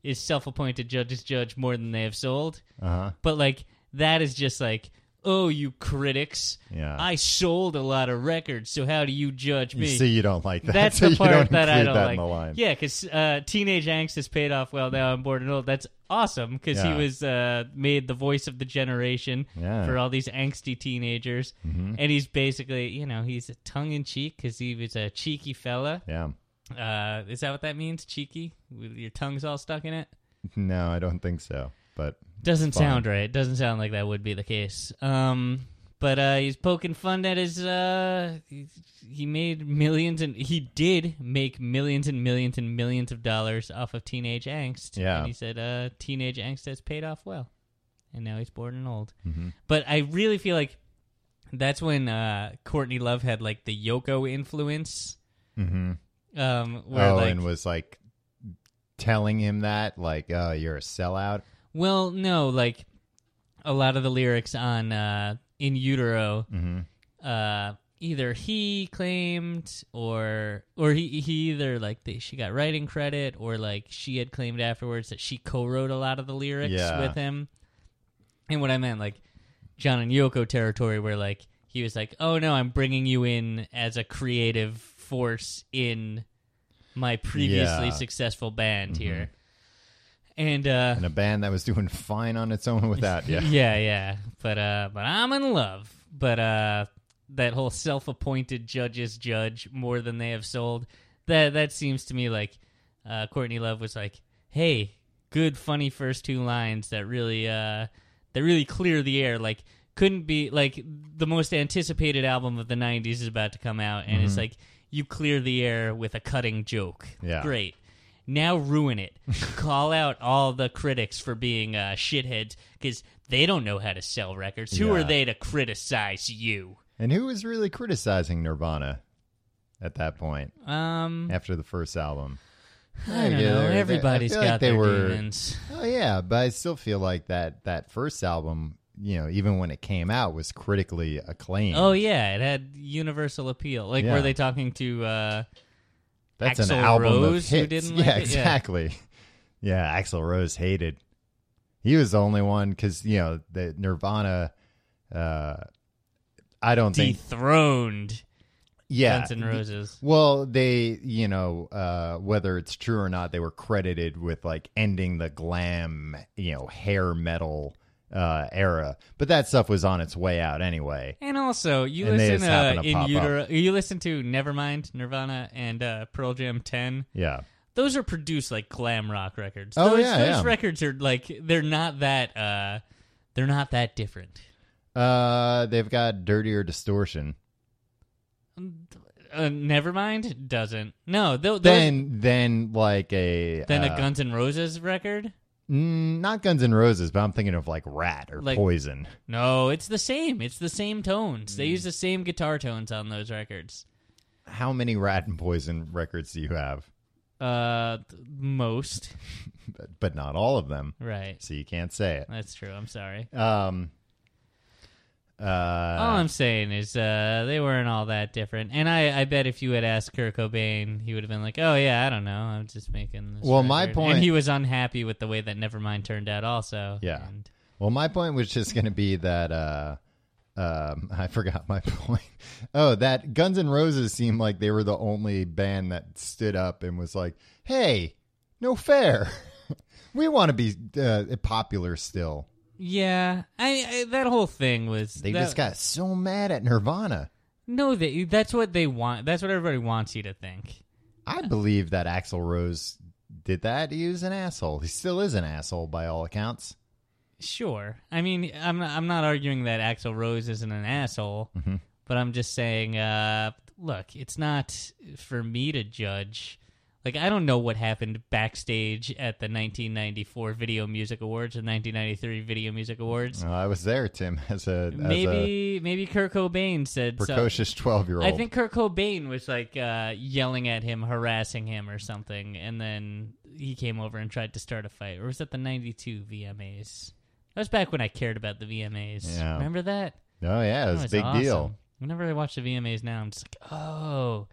[SPEAKER 2] is self-appointed judges judge more than they have sold. Uh-huh. But like that is just like, oh, you critics!
[SPEAKER 1] Yeah.
[SPEAKER 2] I sold a lot of records, so how do you judge
[SPEAKER 1] You
[SPEAKER 2] me?
[SPEAKER 1] see, you don't like that.
[SPEAKER 2] That's
[SPEAKER 1] so
[SPEAKER 2] the
[SPEAKER 1] you
[SPEAKER 2] part
[SPEAKER 1] don't
[SPEAKER 2] that I
[SPEAKER 1] include
[SPEAKER 2] don't
[SPEAKER 1] that
[SPEAKER 2] like.
[SPEAKER 1] in the line.
[SPEAKER 2] Yeah, because uh, teenage angst has paid off well. Now I'm bored and old. That's awesome because
[SPEAKER 1] Yeah.
[SPEAKER 2] he was uh, made the voice of the generation
[SPEAKER 1] Yeah. Mm-hmm.
[SPEAKER 2] for all these angsty teenagers, and he's basically, you know, he's tongue in cheek because he was a cheeky fella.
[SPEAKER 1] Yeah.
[SPEAKER 2] Uh, is that what that means? Cheeky? With your tongue's all stuck in it?
[SPEAKER 1] No, I don't think so. But
[SPEAKER 2] Doesn't
[SPEAKER 1] Fine.
[SPEAKER 2] sound right. Doesn't sound like that would be the case. Um, but uh, he's poking fun at his. Uh, he- he made millions and he did make millions and millions and millions of dollars off of teenage angst.
[SPEAKER 1] Yeah.
[SPEAKER 2] and he said, uh, "Teenage angst has paid off well, and now he's bored and old."
[SPEAKER 1] Mm-hmm.
[SPEAKER 2] But I really feel like that's when uh, Courtney Love had like the Yoko influence. Mm-hmm. Um, where
[SPEAKER 1] oh,
[SPEAKER 2] like,
[SPEAKER 1] and was like telling him that, like, oh, you're a sellout.
[SPEAKER 2] Well, no, like a lot of the lyrics on uh, "In Utero,"
[SPEAKER 1] Mm-hmm.
[SPEAKER 2] uh, either he claimed or or he he either like they, she got writing credit or like she had claimed afterwards that she co-wrote a lot of the lyrics
[SPEAKER 1] Yeah.
[SPEAKER 2] with him. And what I meant, like John and Yoko territory, where like he was like, "Oh no, I'm bringing you in as a creative force in my previously
[SPEAKER 1] Yeah. Mm-hmm.
[SPEAKER 2] successful band here." And uh
[SPEAKER 1] And a band that was doing fine on its own without you.
[SPEAKER 2] yeah, yeah. But uh but I'm in love. But uh that whole self appointed judges judge more than they have sold. That that seems to me like uh Courtney Love was like, Hey, good funny first two lines that really uh that really clear the air, like couldn't be like the most anticipated album of the nineties is about to come out and it's like you clear the air with a cutting joke.
[SPEAKER 1] Yeah.
[SPEAKER 2] Great. Now ruin it. Call out all the critics for being uh, shitheads because they don't know how to sell records. Who are
[SPEAKER 1] Yeah.
[SPEAKER 2] they to criticize you?
[SPEAKER 1] And who was really criticizing Nirvana at that point
[SPEAKER 2] Um,
[SPEAKER 1] after the first album?
[SPEAKER 2] I
[SPEAKER 1] Yeah,
[SPEAKER 2] don't know.
[SPEAKER 1] they- they- I
[SPEAKER 2] Everybody's
[SPEAKER 1] feel
[SPEAKER 2] got
[SPEAKER 1] like they
[SPEAKER 2] their
[SPEAKER 1] were-
[SPEAKER 2] demons.
[SPEAKER 1] Oh yeah, but I still feel like that that first album, you know, even when it came out, was critically acclaimed.
[SPEAKER 2] Oh yeah, it had universal appeal. Like,
[SPEAKER 1] Yeah.
[SPEAKER 2] were they talking to? Uh,
[SPEAKER 1] that's
[SPEAKER 2] Axl
[SPEAKER 1] an album
[SPEAKER 2] Rose
[SPEAKER 1] of
[SPEAKER 2] who
[SPEAKER 1] hits.
[SPEAKER 2] didn't
[SPEAKER 1] yeah,
[SPEAKER 2] like it? Yeah.
[SPEAKER 1] exactly. Yeah. Axl Rose hated. He was the only one because you know the Nirvana. Uh, I don't think.
[SPEAKER 2] dethroned
[SPEAKER 1] Yeah,
[SPEAKER 2] Guns N' Roses.
[SPEAKER 1] Well, they, you know, uh, whether it's true or not, they were credited with like ending the glam, you know, hair metal uh, era. But that stuff was on its way out anyway.
[SPEAKER 2] And also, you
[SPEAKER 1] And they
[SPEAKER 2] listen
[SPEAKER 1] just
[SPEAKER 2] uh,
[SPEAKER 1] happen to
[SPEAKER 2] in
[SPEAKER 1] pop up.
[SPEAKER 2] utero. You listen to Nevermind, Nirvana, and uh, Pearl Jam Ten.
[SPEAKER 1] Yeah.
[SPEAKER 2] those are produced like glam rock records.
[SPEAKER 1] Oh,
[SPEAKER 2] those,
[SPEAKER 1] yeah,
[SPEAKER 2] those
[SPEAKER 1] yeah.
[SPEAKER 2] records are like they're not that uh they're not that different.
[SPEAKER 1] Uh, they've got dirtier distortion.
[SPEAKER 2] Uh, Nevermind doesn't. No, tho- those,
[SPEAKER 1] Then, then like a
[SPEAKER 2] then
[SPEAKER 1] uh,
[SPEAKER 2] a Guns N' Roses record.
[SPEAKER 1] mm, not Guns and Roses, but I'm thinking of like Rat or
[SPEAKER 2] Like-
[SPEAKER 1] Poison.
[SPEAKER 2] No, it's the same. It's the same tones.
[SPEAKER 1] Hmm.
[SPEAKER 2] They use the same guitar tones on those records.
[SPEAKER 1] How many Rat and Poison records do you have?
[SPEAKER 2] Uh, th- most
[SPEAKER 1] But, but not all of them,
[SPEAKER 2] right.
[SPEAKER 1] so you can't say
[SPEAKER 2] That's true. I'm sorry.
[SPEAKER 1] it. Um.
[SPEAKER 2] Oh,
[SPEAKER 1] Uh,
[SPEAKER 2] all I'm saying is uh, they weren't all that different. And I, I bet if you had asked Kurt Cobain, he would have been like, "Oh yeah, I don't know, I'm just making." This
[SPEAKER 1] Well, my
[SPEAKER 2] record."
[SPEAKER 1] point-
[SPEAKER 2] and he was unhappy with the way that Nevermind turned out. Also,
[SPEAKER 1] Yeah.
[SPEAKER 2] And-
[SPEAKER 1] Well, my point was just going to be that uh, um, I forgot my point. Oh, that Guns N' Roses seemed like they were the only band that stood up and was like, "Hey, no fair. we want to be uh, popular still."
[SPEAKER 2] yeah, I, I that whole thing was
[SPEAKER 1] They
[SPEAKER 2] that-
[SPEAKER 1] just got so mad at Nirvana.
[SPEAKER 2] no. They, that's what they want. That's what everybody wants you to think.
[SPEAKER 1] I believe that Axl Rose did that. He was an asshole. He still is an asshole by all accounts.
[SPEAKER 2] Sure. I mean, I'm not, I'm not arguing that Axl Rose isn't an asshole,
[SPEAKER 1] Mm-hmm.
[SPEAKER 2] but I'm just saying, uh, look, it's not for me to judge. Like, I don't know what happened backstage at the 1994 Video Music Awards and 1993 Video Music Awards.
[SPEAKER 1] Uh, I was there, Tim, as a as
[SPEAKER 2] maybe, maybe Kurt Cobain said
[SPEAKER 1] a
[SPEAKER 2] so-
[SPEAKER 1] precocious twelve year old.
[SPEAKER 2] I think Kurt Cobain was like uh, yelling at him, harassing him, or something, and then he came over and tried to start a fight. Or was that the '92 VMAs? That was back when I cared about the VMAs.
[SPEAKER 1] Yeah.
[SPEAKER 2] Remember that?
[SPEAKER 1] Oh yeah, it
[SPEAKER 2] That
[SPEAKER 1] was a big
[SPEAKER 2] awesome.
[SPEAKER 1] deal.
[SPEAKER 2] Whenever I watch the VMAs now, I'm just like, oh,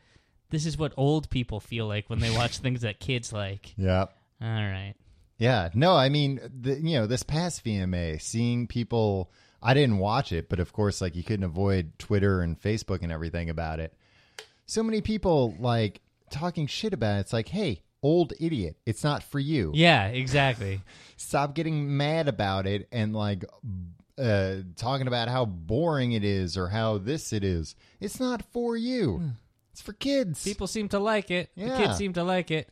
[SPEAKER 2] this is what old people feel like when they watch things that kids like.
[SPEAKER 1] Yeah.
[SPEAKER 2] All right.
[SPEAKER 1] Yeah, no, I mean, the, you know, this past VMA, seeing people, I didn't watch it, but of course, like you couldn't avoid Twitter and Facebook and everything about it. So many people like talking shit about it. It's like, hey, old idiot, it's not for you.
[SPEAKER 2] Yeah, exactly.
[SPEAKER 1] Stop getting mad about it and like uh, talking about how boring it is or how this it is. It's not for you. It's for kids.
[SPEAKER 2] Hmm. people seem to like it. The
[SPEAKER 1] Yeah.
[SPEAKER 2] kids seem to like it.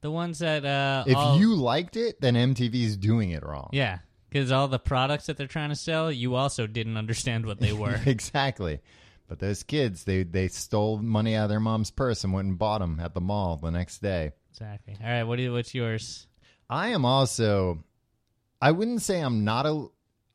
[SPEAKER 2] The ones that uh,
[SPEAKER 1] if
[SPEAKER 2] all-
[SPEAKER 1] you liked it, then MTV's doing it wrong.
[SPEAKER 2] Yeah, because all the products that they're trying to sell, you also didn't understand what they were.
[SPEAKER 1] exactly. But those kids, they they stole money out of their mom's purse and went and bought them at the mall the next day.
[SPEAKER 2] exactly. All right, what do you, what's yours?
[SPEAKER 1] I am also, I wouldn't say I'm not a,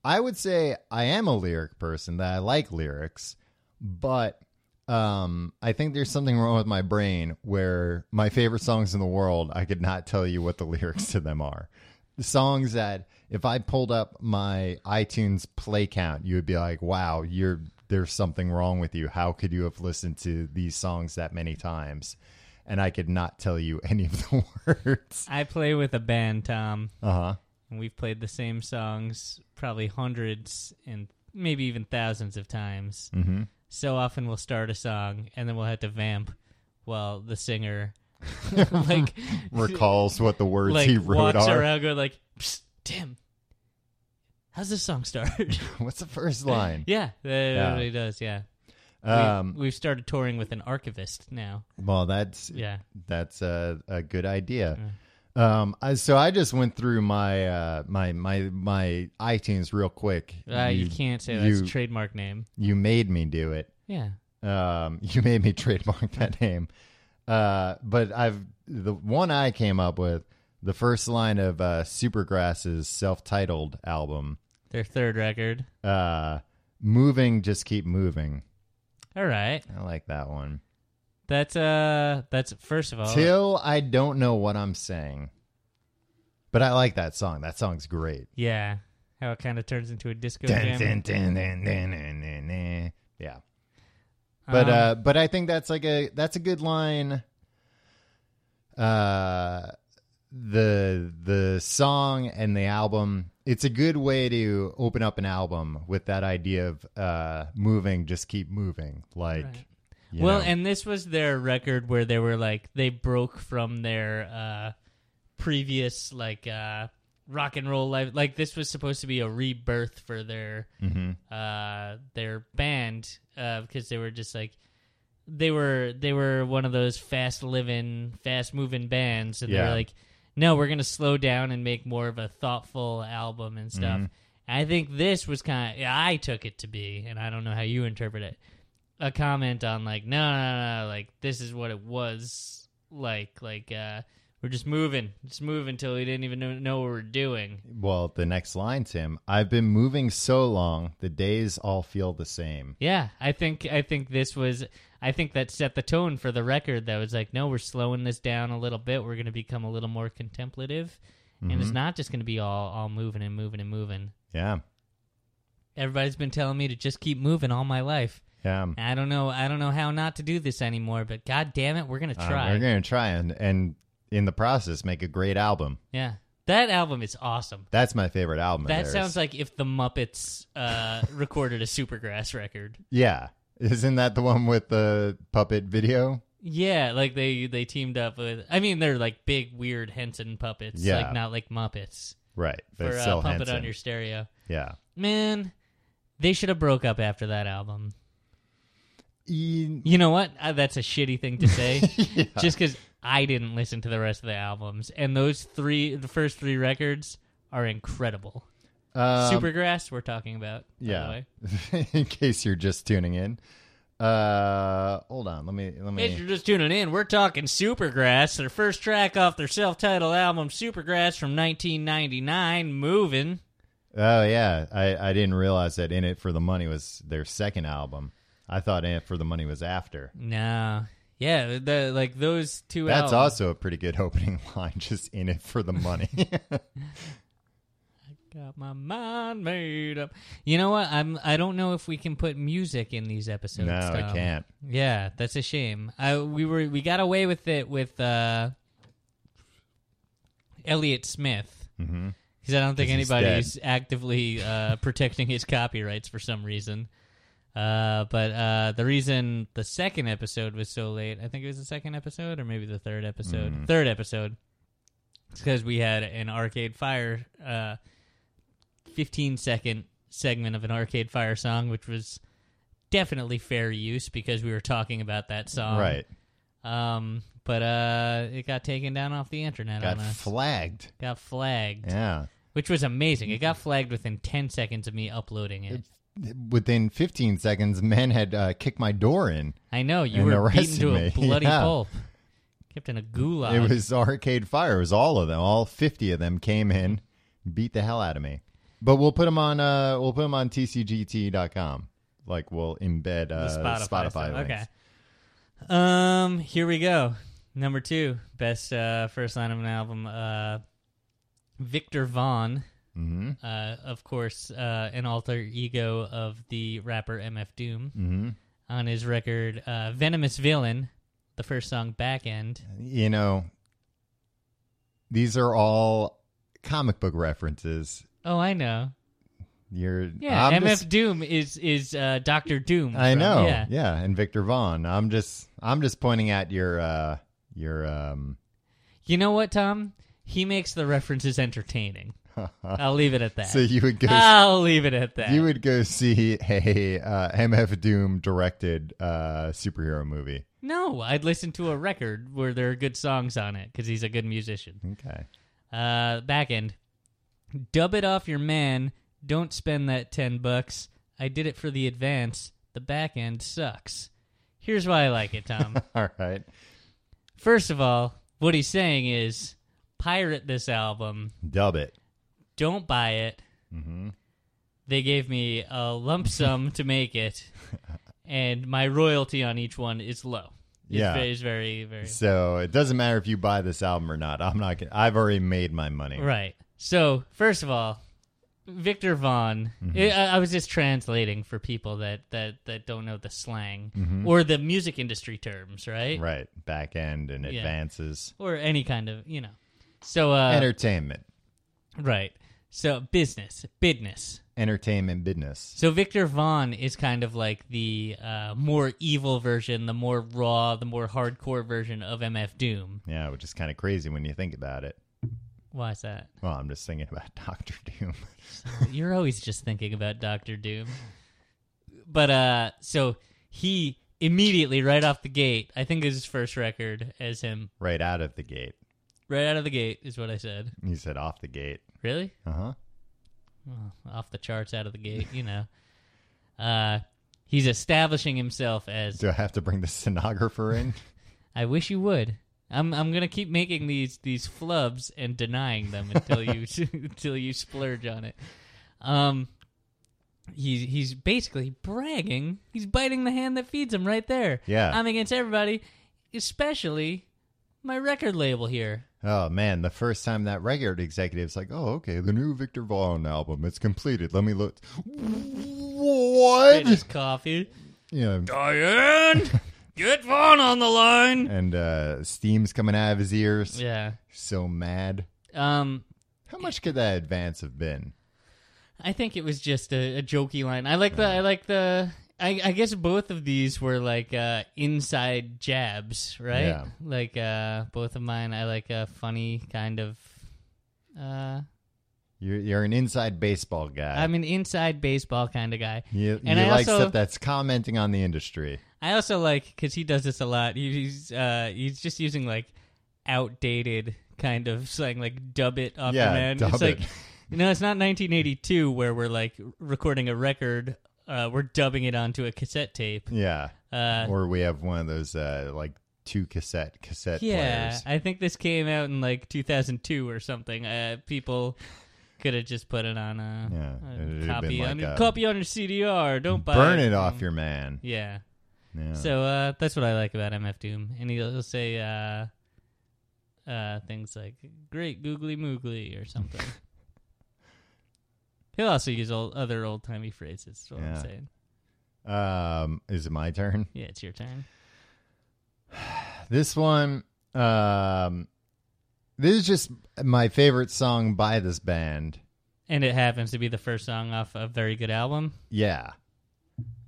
[SPEAKER 1] I would say I am a lyric person that I like lyrics, but um, I think there's something wrong with my brain where my favorite songs in the world, I could not tell you what the lyrics to them are. The songs that if I pulled up my iTunes play count, you would be like, wow, you're, there's something wrong with you. How could you have listened to these songs that many times? And I could not tell you any of the words.
[SPEAKER 2] I play with a band, Tom,
[SPEAKER 1] Uh huh.
[SPEAKER 2] and we've played the same songs probably hundreds and maybe even thousands of times. So often we'll start a song and then we'll have to vamp while the singer like
[SPEAKER 1] recalls what the words
[SPEAKER 2] like
[SPEAKER 1] he wrote
[SPEAKER 2] walks
[SPEAKER 1] are.
[SPEAKER 2] around going like, Psst, Tim, how's this song start?
[SPEAKER 1] What's the first line?
[SPEAKER 2] yeah, that really does. Yeah,
[SPEAKER 1] Um,
[SPEAKER 2] we, have started touring with an archivist now.
[SPEAKER 1] well, that's
[SPEAKER 2] Yeah,
[SPEAKER 1] that's a, a good idea. Um, I, so I just went through my uh, my my my iTunes real quick.
[SPEAKER 2] uh, you, can't say that's
[SPEAKER 1] you,
[SPEAKER 2] trademark name.
[SPEAKER 1] you made me do it.
[SPEAKER 2] Yeah,
[SPEAKER 1] Um, you made me trademark that name. Uh, but I've the one I came up with the first line of uh, Supergrass's self-titled album.
[SPEAKER 2] their third record.
[SPEAKER 1] Uh, moving, just keep moving.
[SPEAKER 2] All right,
[SPEAKER 1] I like that one.
[SPEAKER 2] that's uh, that's first of all.
[SPEAKER 1] Till I don't know what I'm saying. But I like that song. That song's great.
[SPEAKER 2] Yeah, how it kind of turns into a disco
[SPEAKER 1] Dun,
[SPEAKER 2] jam.
[SPEAKER 1] dun, dun, dun, dun, dun, dun, dun. Yeah. But
[SPEAKER 2] Um,
[SPEAKER 1] uh but I think that's like a that's a good line. Uh the the song and the album. It's a good way to open up an album with that idea of uh moving, just keep moving. Like you
[SPEAKER 2] well,
[SPEAKER 1] know.
[SPEAKER 2] and this was their record where they were like they broke from their uh, previous like uh, rock and roll life. Like this was supposed to be a rebirth for their uh, their band uh, because they were just like they were they were one of those fast living, fast moving bands, and they
[SPEAKER 1] Yeah.
[SPEAKER 2] were like, no, we're gonna slow down and make more of a thoughtful album and stuff. I think this was kind of I took it to be, and I don't know how you interpret it. A comment on like, no, no, no, like this is what it was like, like uh, we're just moving, just moving till we didn't even know, know what we're doing.
[SPEAKER 1] Well, the next line, Tim. I've been moving so long, the days all feel the same.
[SPEAKER 2] Yeah, I think I think this was I think that set the tone for the record that was like, no, we're slowing this down a little bit. We're going to become a little more contemplative, and
[SPEAKER 1] Mm-hmm.
[SPEAKER 2] it's not just going to be all all moving and moving and moving.
[SPEAKER 1] Yeah,
[SPEAKER 2] Everybody's been telling me to just keep moving all my life.
[SPEAKER 1] yeah.
[SPEAKER 2] And I don't know, I don't know how not to do this anymore, but god damn it, we're going to
[SPEAKER 1] Uh,
[SPEAKER 2] try.
[SPEAKER 1] we're gonna try and and in the process make a great album.
[SPEAKER 2] yeah. That album is awesome.
[SPEAKER 1] That's my favorite album. of
[SPEAKER 2] That
[SPEAKER 1] theirs.
[SPEAKER 2] sounds like if the Muppets uh, recorded a Supergrass record.
[SPEAKER 1] yeah. Isn't that the one with the puppet video?
[SPEAKER 2] Yeah, like they they teamed up with. I mean, they're like big weird Henson puppets.
[SPEAKER 1] Yeah.
[SPEAKER 2] like not like Muppets
[SPEAKER 1] Right. But
[SPEAKER 2] for
[SPEAKER 1] it's
[SPEAKER 2] uh,
[SPEAKER 1] so
[SPEAKER 2] pump it
[SPEAKER 1] Henson.
[SPEAKER 2] on your stereo.
[SPEAKER 1] yeah.
[SPEAKER 2] Man, they should have broke up after that album.
[SPEAKER 1] E-
[SPEAKER 2] You know what? Uh, that's a shitty thing to say. Just because I didn't listen to the rest of the albums, and those three, the first three records are incredible.
[SPEAKER 1] um,
[SPEAKER 2] Supergrass, we're talking about. by the
[SPEAKER 1] Yeah.
[SPEAKER 2] way.
[SPEAKER 1] in case you're just tuning in. Uh, hold on. Let me let me.
[SPEAKER 2] In case you're just tuning in, we're talking Supergrass, their first track off their self-titled album Supergrass from 1999, Moving.
[SPEAKER 1] Oh yeah, I, I didn't realize that In It for the Money was their second album. I thought In It for the Money was after.
[SPEAKER 2] No. Yeah, the like those two
[SPEAKER 1] That's
[SPEAKER 2] albums.
[SPEAKER 1] also a pretty good opening line. Just In It for the Money.
[SPEAKER 2] Got my mind made up. You know what? I'm I don't know if we can put music in these episodes.
[SPEAKER 1] No, I
[SPEAKER 2] Tom.
[SPEAKER 1] can't.
[SPEAKER 2] Yeah, that's a shame. I we were we got away with it with uh Elliot Smith. Mm-hmm. Because I don't think
[SPEAKER 1] 'Cause he's dead.
[SPEAKER 2] anybody's actively uh, protecting his copyrights for some reason. Uh, but uh, the reason the second episode was so late, I think it was the second episode or maybe the third episode. Third episode. It's because we had an Arcade Fire, uh, 15 second segment of an Arcade Fire song, which was definitely fair use because we were talking about that song.
[SPEAKER 1] right.
[SPEAKER 2] Um, but uh, it got taken down off the internet
[SPEAKER 1] Got
[SPEAKER 2] on us.
[SPEAKER 1] flagged.
[SPEAKER 2] got flagged
[SPEAKER 1] Yeah.
[SPEAKER 2] which was amazing. It got flagged within 10 seconds of me uploading it.
[SPEAKER 1] Within 15 seconds, men had uh, kicked my door in.
[SPEAKER 2] I know you
[SPEAKER 1] And
[SPEAKER 2] were beaten
[SPEAKER 1] arrested
[SPEAKER 2] to a
[SPEAKER 1] me.
[SPEAKER 2] bloody
[SPEAKER 1] Yeah.
[SPEAKER 2] pulp, kept in a gulag.
[SPEAKER 1] It was Arcade Fire. It was all of them. All 50 of them came in, beat the hell out of me. But we'll put them on. Uh, we'll put 'em on tcgt.com. Like we'll embed
[SPEAKER 2] The
[SPEAKER 1] uh, Spotify.
[SPEAKER 2] stuff.
[SPEAKER 1] links.
[SPEAKER 2] Okay. Um, here we go. Number two, best uh, first line of an album. Uh, Victor Vaughn, mm-hmm. uh, of course, uh, an alter ego of the rapper MF Doom, mm-hmm. on his record uh, "Venomous Villain," the first song "Back End."
[SPEAKER 1] you know, these are all comic book references.
[SPEAKER 2] Oh, I know.
[SPEAKER 1] You're
[SPEAKER 2] Yeah,
[SPEAKER 1] I'm
[SPEAKER 2] MF
[SPEAKER 1] just-
[SPEAKER 2] Doom is is uh, Doctor Doom.
[SPEAKER 1] I
[SPEAKER 2] from-
[SPEAKER 1] know.
[SPEAKER 2] Yeah.
[SPEAKER 1] Yeah. and Victor Vaughn. I'm just I'm just pointing out your uh your um
[SPEAKER 2] You know what, Tom? He makes the references entertaining. I'll leave it at that.
[SPEAKER 1] so you would go
[SPEAKER 2] I'll leave it at that.
[SPEAKER 1] you would go see a uh, MF Doom directed uh superhero movie.
[SPEAKER 2] No, I'd listen to a record where there are good songs on it because he's a good musician.
[SPEAKER 1] Okay.
[SPEAKER 2] Uh, back end. Dub it off your man. Don't spend that 10 bucks. I did it for the advance. The back end sucks. Here's why I like it, Tom.
[SPEAKER 1] All right.
[SPEAKER 2] First of all, what he's saying is pirate this album.
[SPEAKER 1] Dub it.
[SPEAKER 2] Don't buy it. They gave me a lump sum to make it, and my royalty on each one is low. It's
[SPEAKER 1] Yeah.
[SPEAKER 2] very, it's very, very
[SPEAKER 1] So it doesn't matter if you buy this album or not. I'm not gonna I've already made my money.
[SPEAKER 2] Right. So, first of all, Victor Vaughn. I, I was just translating for people that that that don't know the slang or the music industry terms, right?
[SPEAKER 1] Right. Back end and
[SPEAKER 2] Yeah.
[SPEAKER 1] advances.
[SPEAKER 2] Or any kind of you know. So, uh,
[SPEAKER 1] Entertainment.
[SPEAKER 2] right. So business, business.
[SPEAKER 1] Entertainment business.
[SPEAKER 2] So Victor Vaughn is kind of like the uh, more evil version, the more raw, the more hardcore version of MF Doom.
[SPEAKER 1] Yeah, which is kind of crazy when you think about it.
[SPEAKER 2] Why is that?
[SPEAKER 1] Well, I'm just thinking about Doctor Doom.
[SPEAKER 2] You're always just thinking about Doctor Doom. But uh so he immediately right off the gate, I think is his first record as him.
[SPEAKER 1] right out of the gate.
[SPEAKER 2] Right out of the gate is what I said.
[SPEAKER 1] You said off the gate.
[SPEAKER 2] Really?
[SPEAKER 1] Uh huh.
[SPEAKER 2] Off the charts out of the gate, you know. Uh he's establishing himself as
[SPEAKER 1] Do I have to bring the stenographer in?
[SPEAKER 2] I wish you would. I'm I'm going to keep making these these flubs and denying them until you until you splurge on it. Um he's he's basically bragging. He's biting the hand that feeds him right there.
[SPEAKER 1] Yeah.
[SPEAKER 2] I'm against everybody, especially my record label here.
[SPEAKER 1] oh man, the first time that record executive's like, "Oh, okay, the new Victor Vaughn album, it's completed. Let me look."
[SPEAKER 2] Spit his
[SPEAKER 1] What?
[SPEAKER 2] coffee.
[SPEAKER 1] Yeah,
[SPEAKER 2] Diane, get Vaughn on the line.
[SPEAKER 1] and uh, steam's coming out of his ears.
[SPEAKER 2] Yeah.
[SPEAKER 1] So mad.
[SPEAKER 2] Um
[SPEAKER 1] How much could that advance have been?
[SPEAKER 2] I think it was just a, a jokey line. I like the. I like the. I, I guess both of these were like uh, inside jabs, right?
[SPEAKER 1] Yeah.
[SPEAKER 2] Like uh, both of mine, I like a funny kind of. Uh,
[SPEAKER 1] You're, you're an inside baseball guy.
[SPEAKER 2] I'm an inside baseball kind of guy.
[SPEAKER 1] you,
[SPEAKER 2] and
[SPEAKER 1] you
[SPEAKER 2] I
[SPEAKER 1] like
[SPEAKER 2] also
[SPEAKER 1] stuff that's commenting on the industry.
[SPEAKER 2] I also like because he does this a lot. He- He's uh, he's just using like outdated kind of slang, like dub it up
[SPEAKER 1] Yeah,
[SPEAKER 2] man.
[SPEAKER 1] dub
[SPEAKER 2] it's like
[SPEAKER 1] it.
[SPEAKER 2] you know, it's not 1982 where we're like recording a record. Uh, we're dubbing it onto a cassette tape.
[SPEAKER 1] Yeah.
[SPEAKER 2] Uh,
[SPEAKER 1] or we have one of those uh, like two cassette cassette
[SPEAKER 2] yeah,
[SPEAKER 1] players.
[SPEAKER 2] I think this came out in like 2002 or something. Uh, people could have just put it on a,
[SPEAKER 1] Yeah,
[SPEAKER 2] a
[SPEAKER 1] it would've been
[SPEAKER 2] copy
[SPEAKER 1] like
[SPEAKER 2] on
[SPEAKER 1] a-
[SPEAKER 2] your copy on your CDR. Don't buy
[SPEAKER 1] Burn
[SPEAKER 2] it.
[SPEAKER 1] it off your man.
[SPEAKER 2] um, Yeah.
[SPEAKER 1] Yeah.
[SPEAKER 2] So uh, that's what I like about MF Doom, and he'll, he'll say uh, uh, things like "Great Googly Moogly" or something. he'll also use old, other old timey phrases. Is what
[SPEAKER 1] Yeah.
[SPEAKER 2] I'm saying.
[SPEAKER 1] Um, is it my turn?
[SPEAKER 2] Yeah, it's your turn.
[SPEAKER 1] This one, um, this is just my favorite song by this band.
[SPEAKER 2] And it happens to be the first song off a very good album.
[SPEAKER 1] Yeah.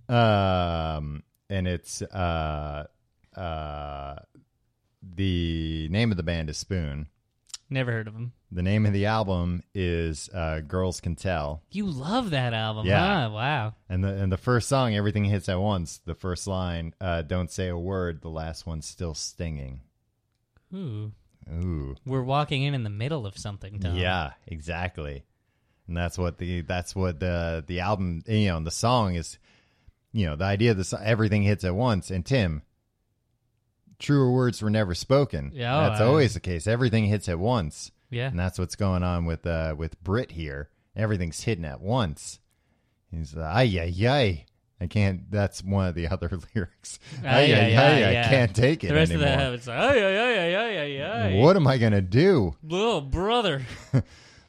[SPEAKER 1] Um, and it's uh, uh, the name of the band is Spoon.
[SPEAKER 2] Never heard of him.
[SPEAKER 1] The name of the album is uh, "Girls Can Tell,"
[SPEAKER 2] You love that album,
[SPEAKER 1] Yeah.
[SPEAKER 2] huh? Wow.
[SPEAKER 1] and the and the first song, everything hits at once. The first line, uh, "Don't say a word," the last one's still stinging.
[SPEAKER 2] Ooh.
[SPEAKER 1] Ooh.
[SPEAKER 2] We're walking in in the middle of something, Tom.
[SPEAKER 1] Yeah, exactly. And that's what the that's what the the album you know and the song is. You know the idea of this everything hits at once. And Tim, truer words were never spoken.
[SPEAKER 2] Yeah, oh,
[SPEAKER 1] that's
[SPEAKER 2] I-
[SPEAKER 1] always the case. Everything hits at once,
[SPEAKER 2] Yeah.
[SPEAKER 1] and that's what's going on with uh with Brit here. Everything's hitting at once. He's uh, ay ay ay. I can't. That's one of the other lyrics. Ay ay ay. I can't take it
[SPEAKER 2] The rest
[SPEAKER 1] anymore.
[SPEAKER 2] of that, it's like, ay, ay, ay, ay, ay, ay, ay.
[SPEAKER 1] what am I gonna do?
[SPEAKER 2] Little brother.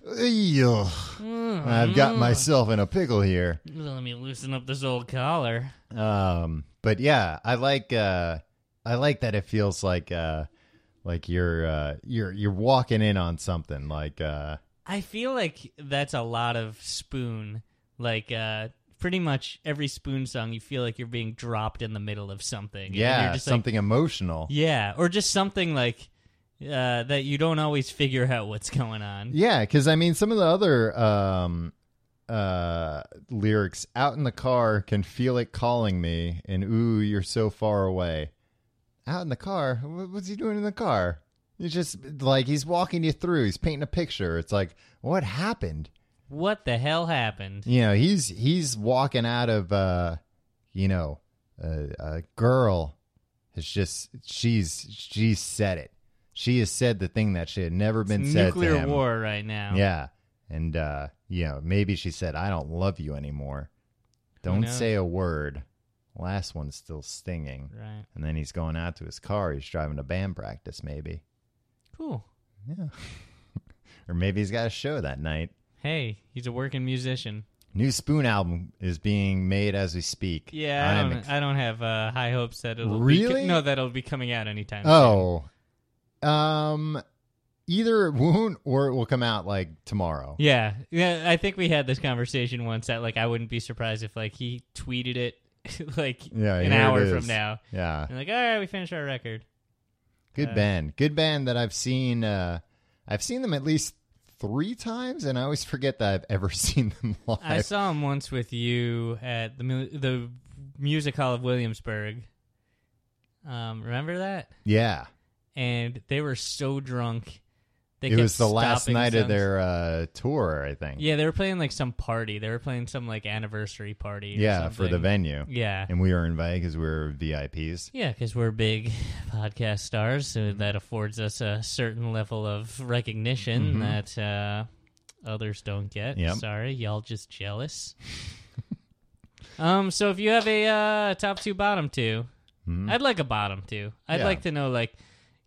[SPEAKER 1] Ugh. I've
[SPEAKER 2] Mm.
[SPEAKER 1] got myself in a pickle here.
[SPEAKER 2] Let me loosen up this old collar.
[SPEAKER 1] Um, but yeah, I like uh, I like that it feels like uh, like you're uh, you're you're walking in on something. Like uh,
[SPEAKER 2] I feel like that's a lot of spoon Like uh, pretty much every Spoon song, you feel like you're being dropped in the middle of something. and
[SPEAKER 1] yeah,
[SPEAKER 2] you're just like,
[SPEAKER 1] something emotional.
[SPEAKER 2] yeah, or just something like uh, that you don't always figure out what's going on.
[SPEAKER 1] Yeah, because I mean, some of the other um, uh, lyrics, "Out in the car, can feel it calling me," and "Ooh, you're so far away." Out in the car, Wh- what's he doing in the car? It's just like he's walking you through. He's painting a picture. It's like, what happened?
[SPEAKER 2] What the hell happened?
[SPEAKER 1] You know, he's he's walking out of, uh, you know, a, a girl. has just she's she's said it. She has said the thing that she had never been
[SPEAKER 2] It's
[SPEAKER 1] said. to
[SPEAKER 2] nuclear
[SPEAKER 1] him.
[SPEAKER 2] war right now.
[SPEAKER 1] Yeah. And uh, you know, maybe she said, I don't love you anymore. Don't
[SPEAKER 2] knows?
[SPEAKER 1] say a word. Last one's still stinging.
[SPEAKER 2] Right.
[SPEAKER 1] And then he's going out to his car, he's driving to band practice maybe.
[SPEAKER 2] Cool.
[SPEAKER 1] Or maybe he's got a show that night.
[SPEAKER 2] Hey, he's a working musician.
[SPEAKER 1] New Spoon album is being made as we speak.
[SPEAKER 2] Yeah, I
[SPEAKER 1] I'm
[SPEAKER 2] don't,
[SPEAKER 1] ex-
[SPEAKER 2] I don't have uh, high hopes that it'll Be
[SPEAKER 1] Really?
[SPEAKER 2] co- no, that'll be coming out anytime.
[SPEAKER 1] Oh. Um either it won't or it will come out like tomorrow.
[SPEAKER 2] soon. yeah, yeah. I think we had this conversation once that like I wouldn't be surprised if like he tweeted it like
[SPEAKER 1] Yeah,
[SPEAKER 2] an
[SPEAKER 1] here it
[SPEAKER 2] hour
[SPEAKER 1] is.
[SPEAKER 2] from now. Uh,
[SPEAKER 1] Yeah.
[SPEAKER 2] And like, all right, we finished our record.
[SPEAKER 1] Good band. Good band that I've seen uh I've seen them at least three times and I always forget that I've ever seen them live.
[SPEAKER 2] I saw him once with you at the mu- the Music Hall of Williamsburg. Um, remember that?
[SPEAKER 1] yeah.
[SPEAKER 2] And they were so drunk. They
[SPEAKER 1] It
[SPEAKER 2] kept
[SPEAKER 1] was the last
[SPEAKER 2] stopping
[SPEAKER 1] night of
[SPEAKER 2] some-
[SPEAKER 1] their uh tour, I think.
[SPEAKER 2] Yeah, they were playing like some party. They were playing some like anniversary party. or
[SPEAKER 1] Yeah, for the
[SPEAKER 2] something.
[SPEAKER 1] venue.
[SPEAKER 2] Yeah.
[SPEAKER 1] And we were invited because we were VIPs.
[SPEAKER 2] Yeah, because we're big podcast stars, so
[SPEAKER 1] Mm-hmm.
[SPEAKER 2] that affords us a certain level of recognition that uh, others don't get.
[SPEAKER 1] Mm-hmm. Yep.
[SPEAKER 2] Sorry, y'all just jealous. um, so if you have a uh, top two, bottom 2 i I'd like a bottom two. I'd
[SPEAKER 1] Mm-hmm. Yeah.
[SPEAKER 2] like to know, like,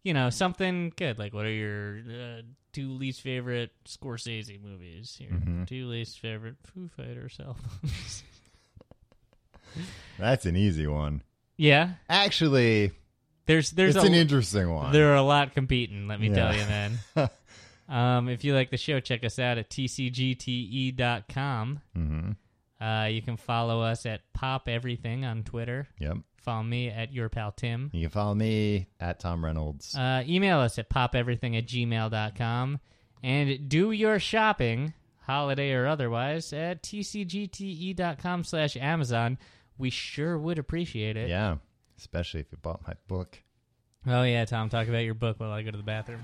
[SPEAKER 2] you know, something good. Like, what are your uh, two least favorite Scorsese movies? Your
[SPEAKER 1] Mm-hmm.
[SPEAKER 2] two least favorite Foo Fighters albums?
[SPEAKER 1] That's an easy one.
[SPEAKER 2] yeah,
[SPEAKER 1] Actually,
[SPEAKER 2] there's there's
[SPEAKER 1] it's
[SPEAKER 2] a,
[SPEAKER 1] an interesting one.
[SPEAKER 2] There are a lot competing, let me
[SPEAKER 1] Yeah.
[SPEAKER 2] tell you, man. um, if you like the show, check us out at tcgte.com. Mm-hmm. e Uh, you can follow us at Pop Everything on Twitter.
[SPEAKER 1] Yep.
[SPEAKER 2] Follow me at Your Pal Tim.
[SPEAKER 1] You can follow me at Tom Reynolds.
[SPEAKER 2] Uh, email us at popeverything at gmail.com. And do your shopping, holiday or otherwise, at tcgte.com e slash Amazon. We sure would appreciate it.
[SPEAKER 1] yeah. Especially if you bought my book.
[SPEAKER 2] Oh, yeah, Tom, talk about your book while I go to the bathroom.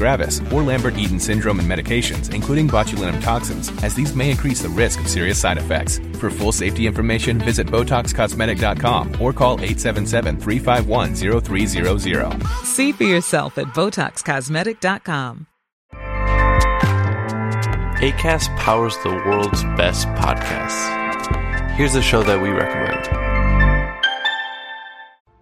[SPEAKER 3] gravis, or Lambert-Eaton syndrome, and medications including botulinum toxins, as these may increase the risk of serious side effects. For full safety information, visit BotoxCosmetic.com or call 877-351-0300.
[SPEAKER 4] See for yourself at BotoxCosmetic.com.
[SPEAKER 5] ACAST powers the world's best podcasts. Here's a show that we recommend.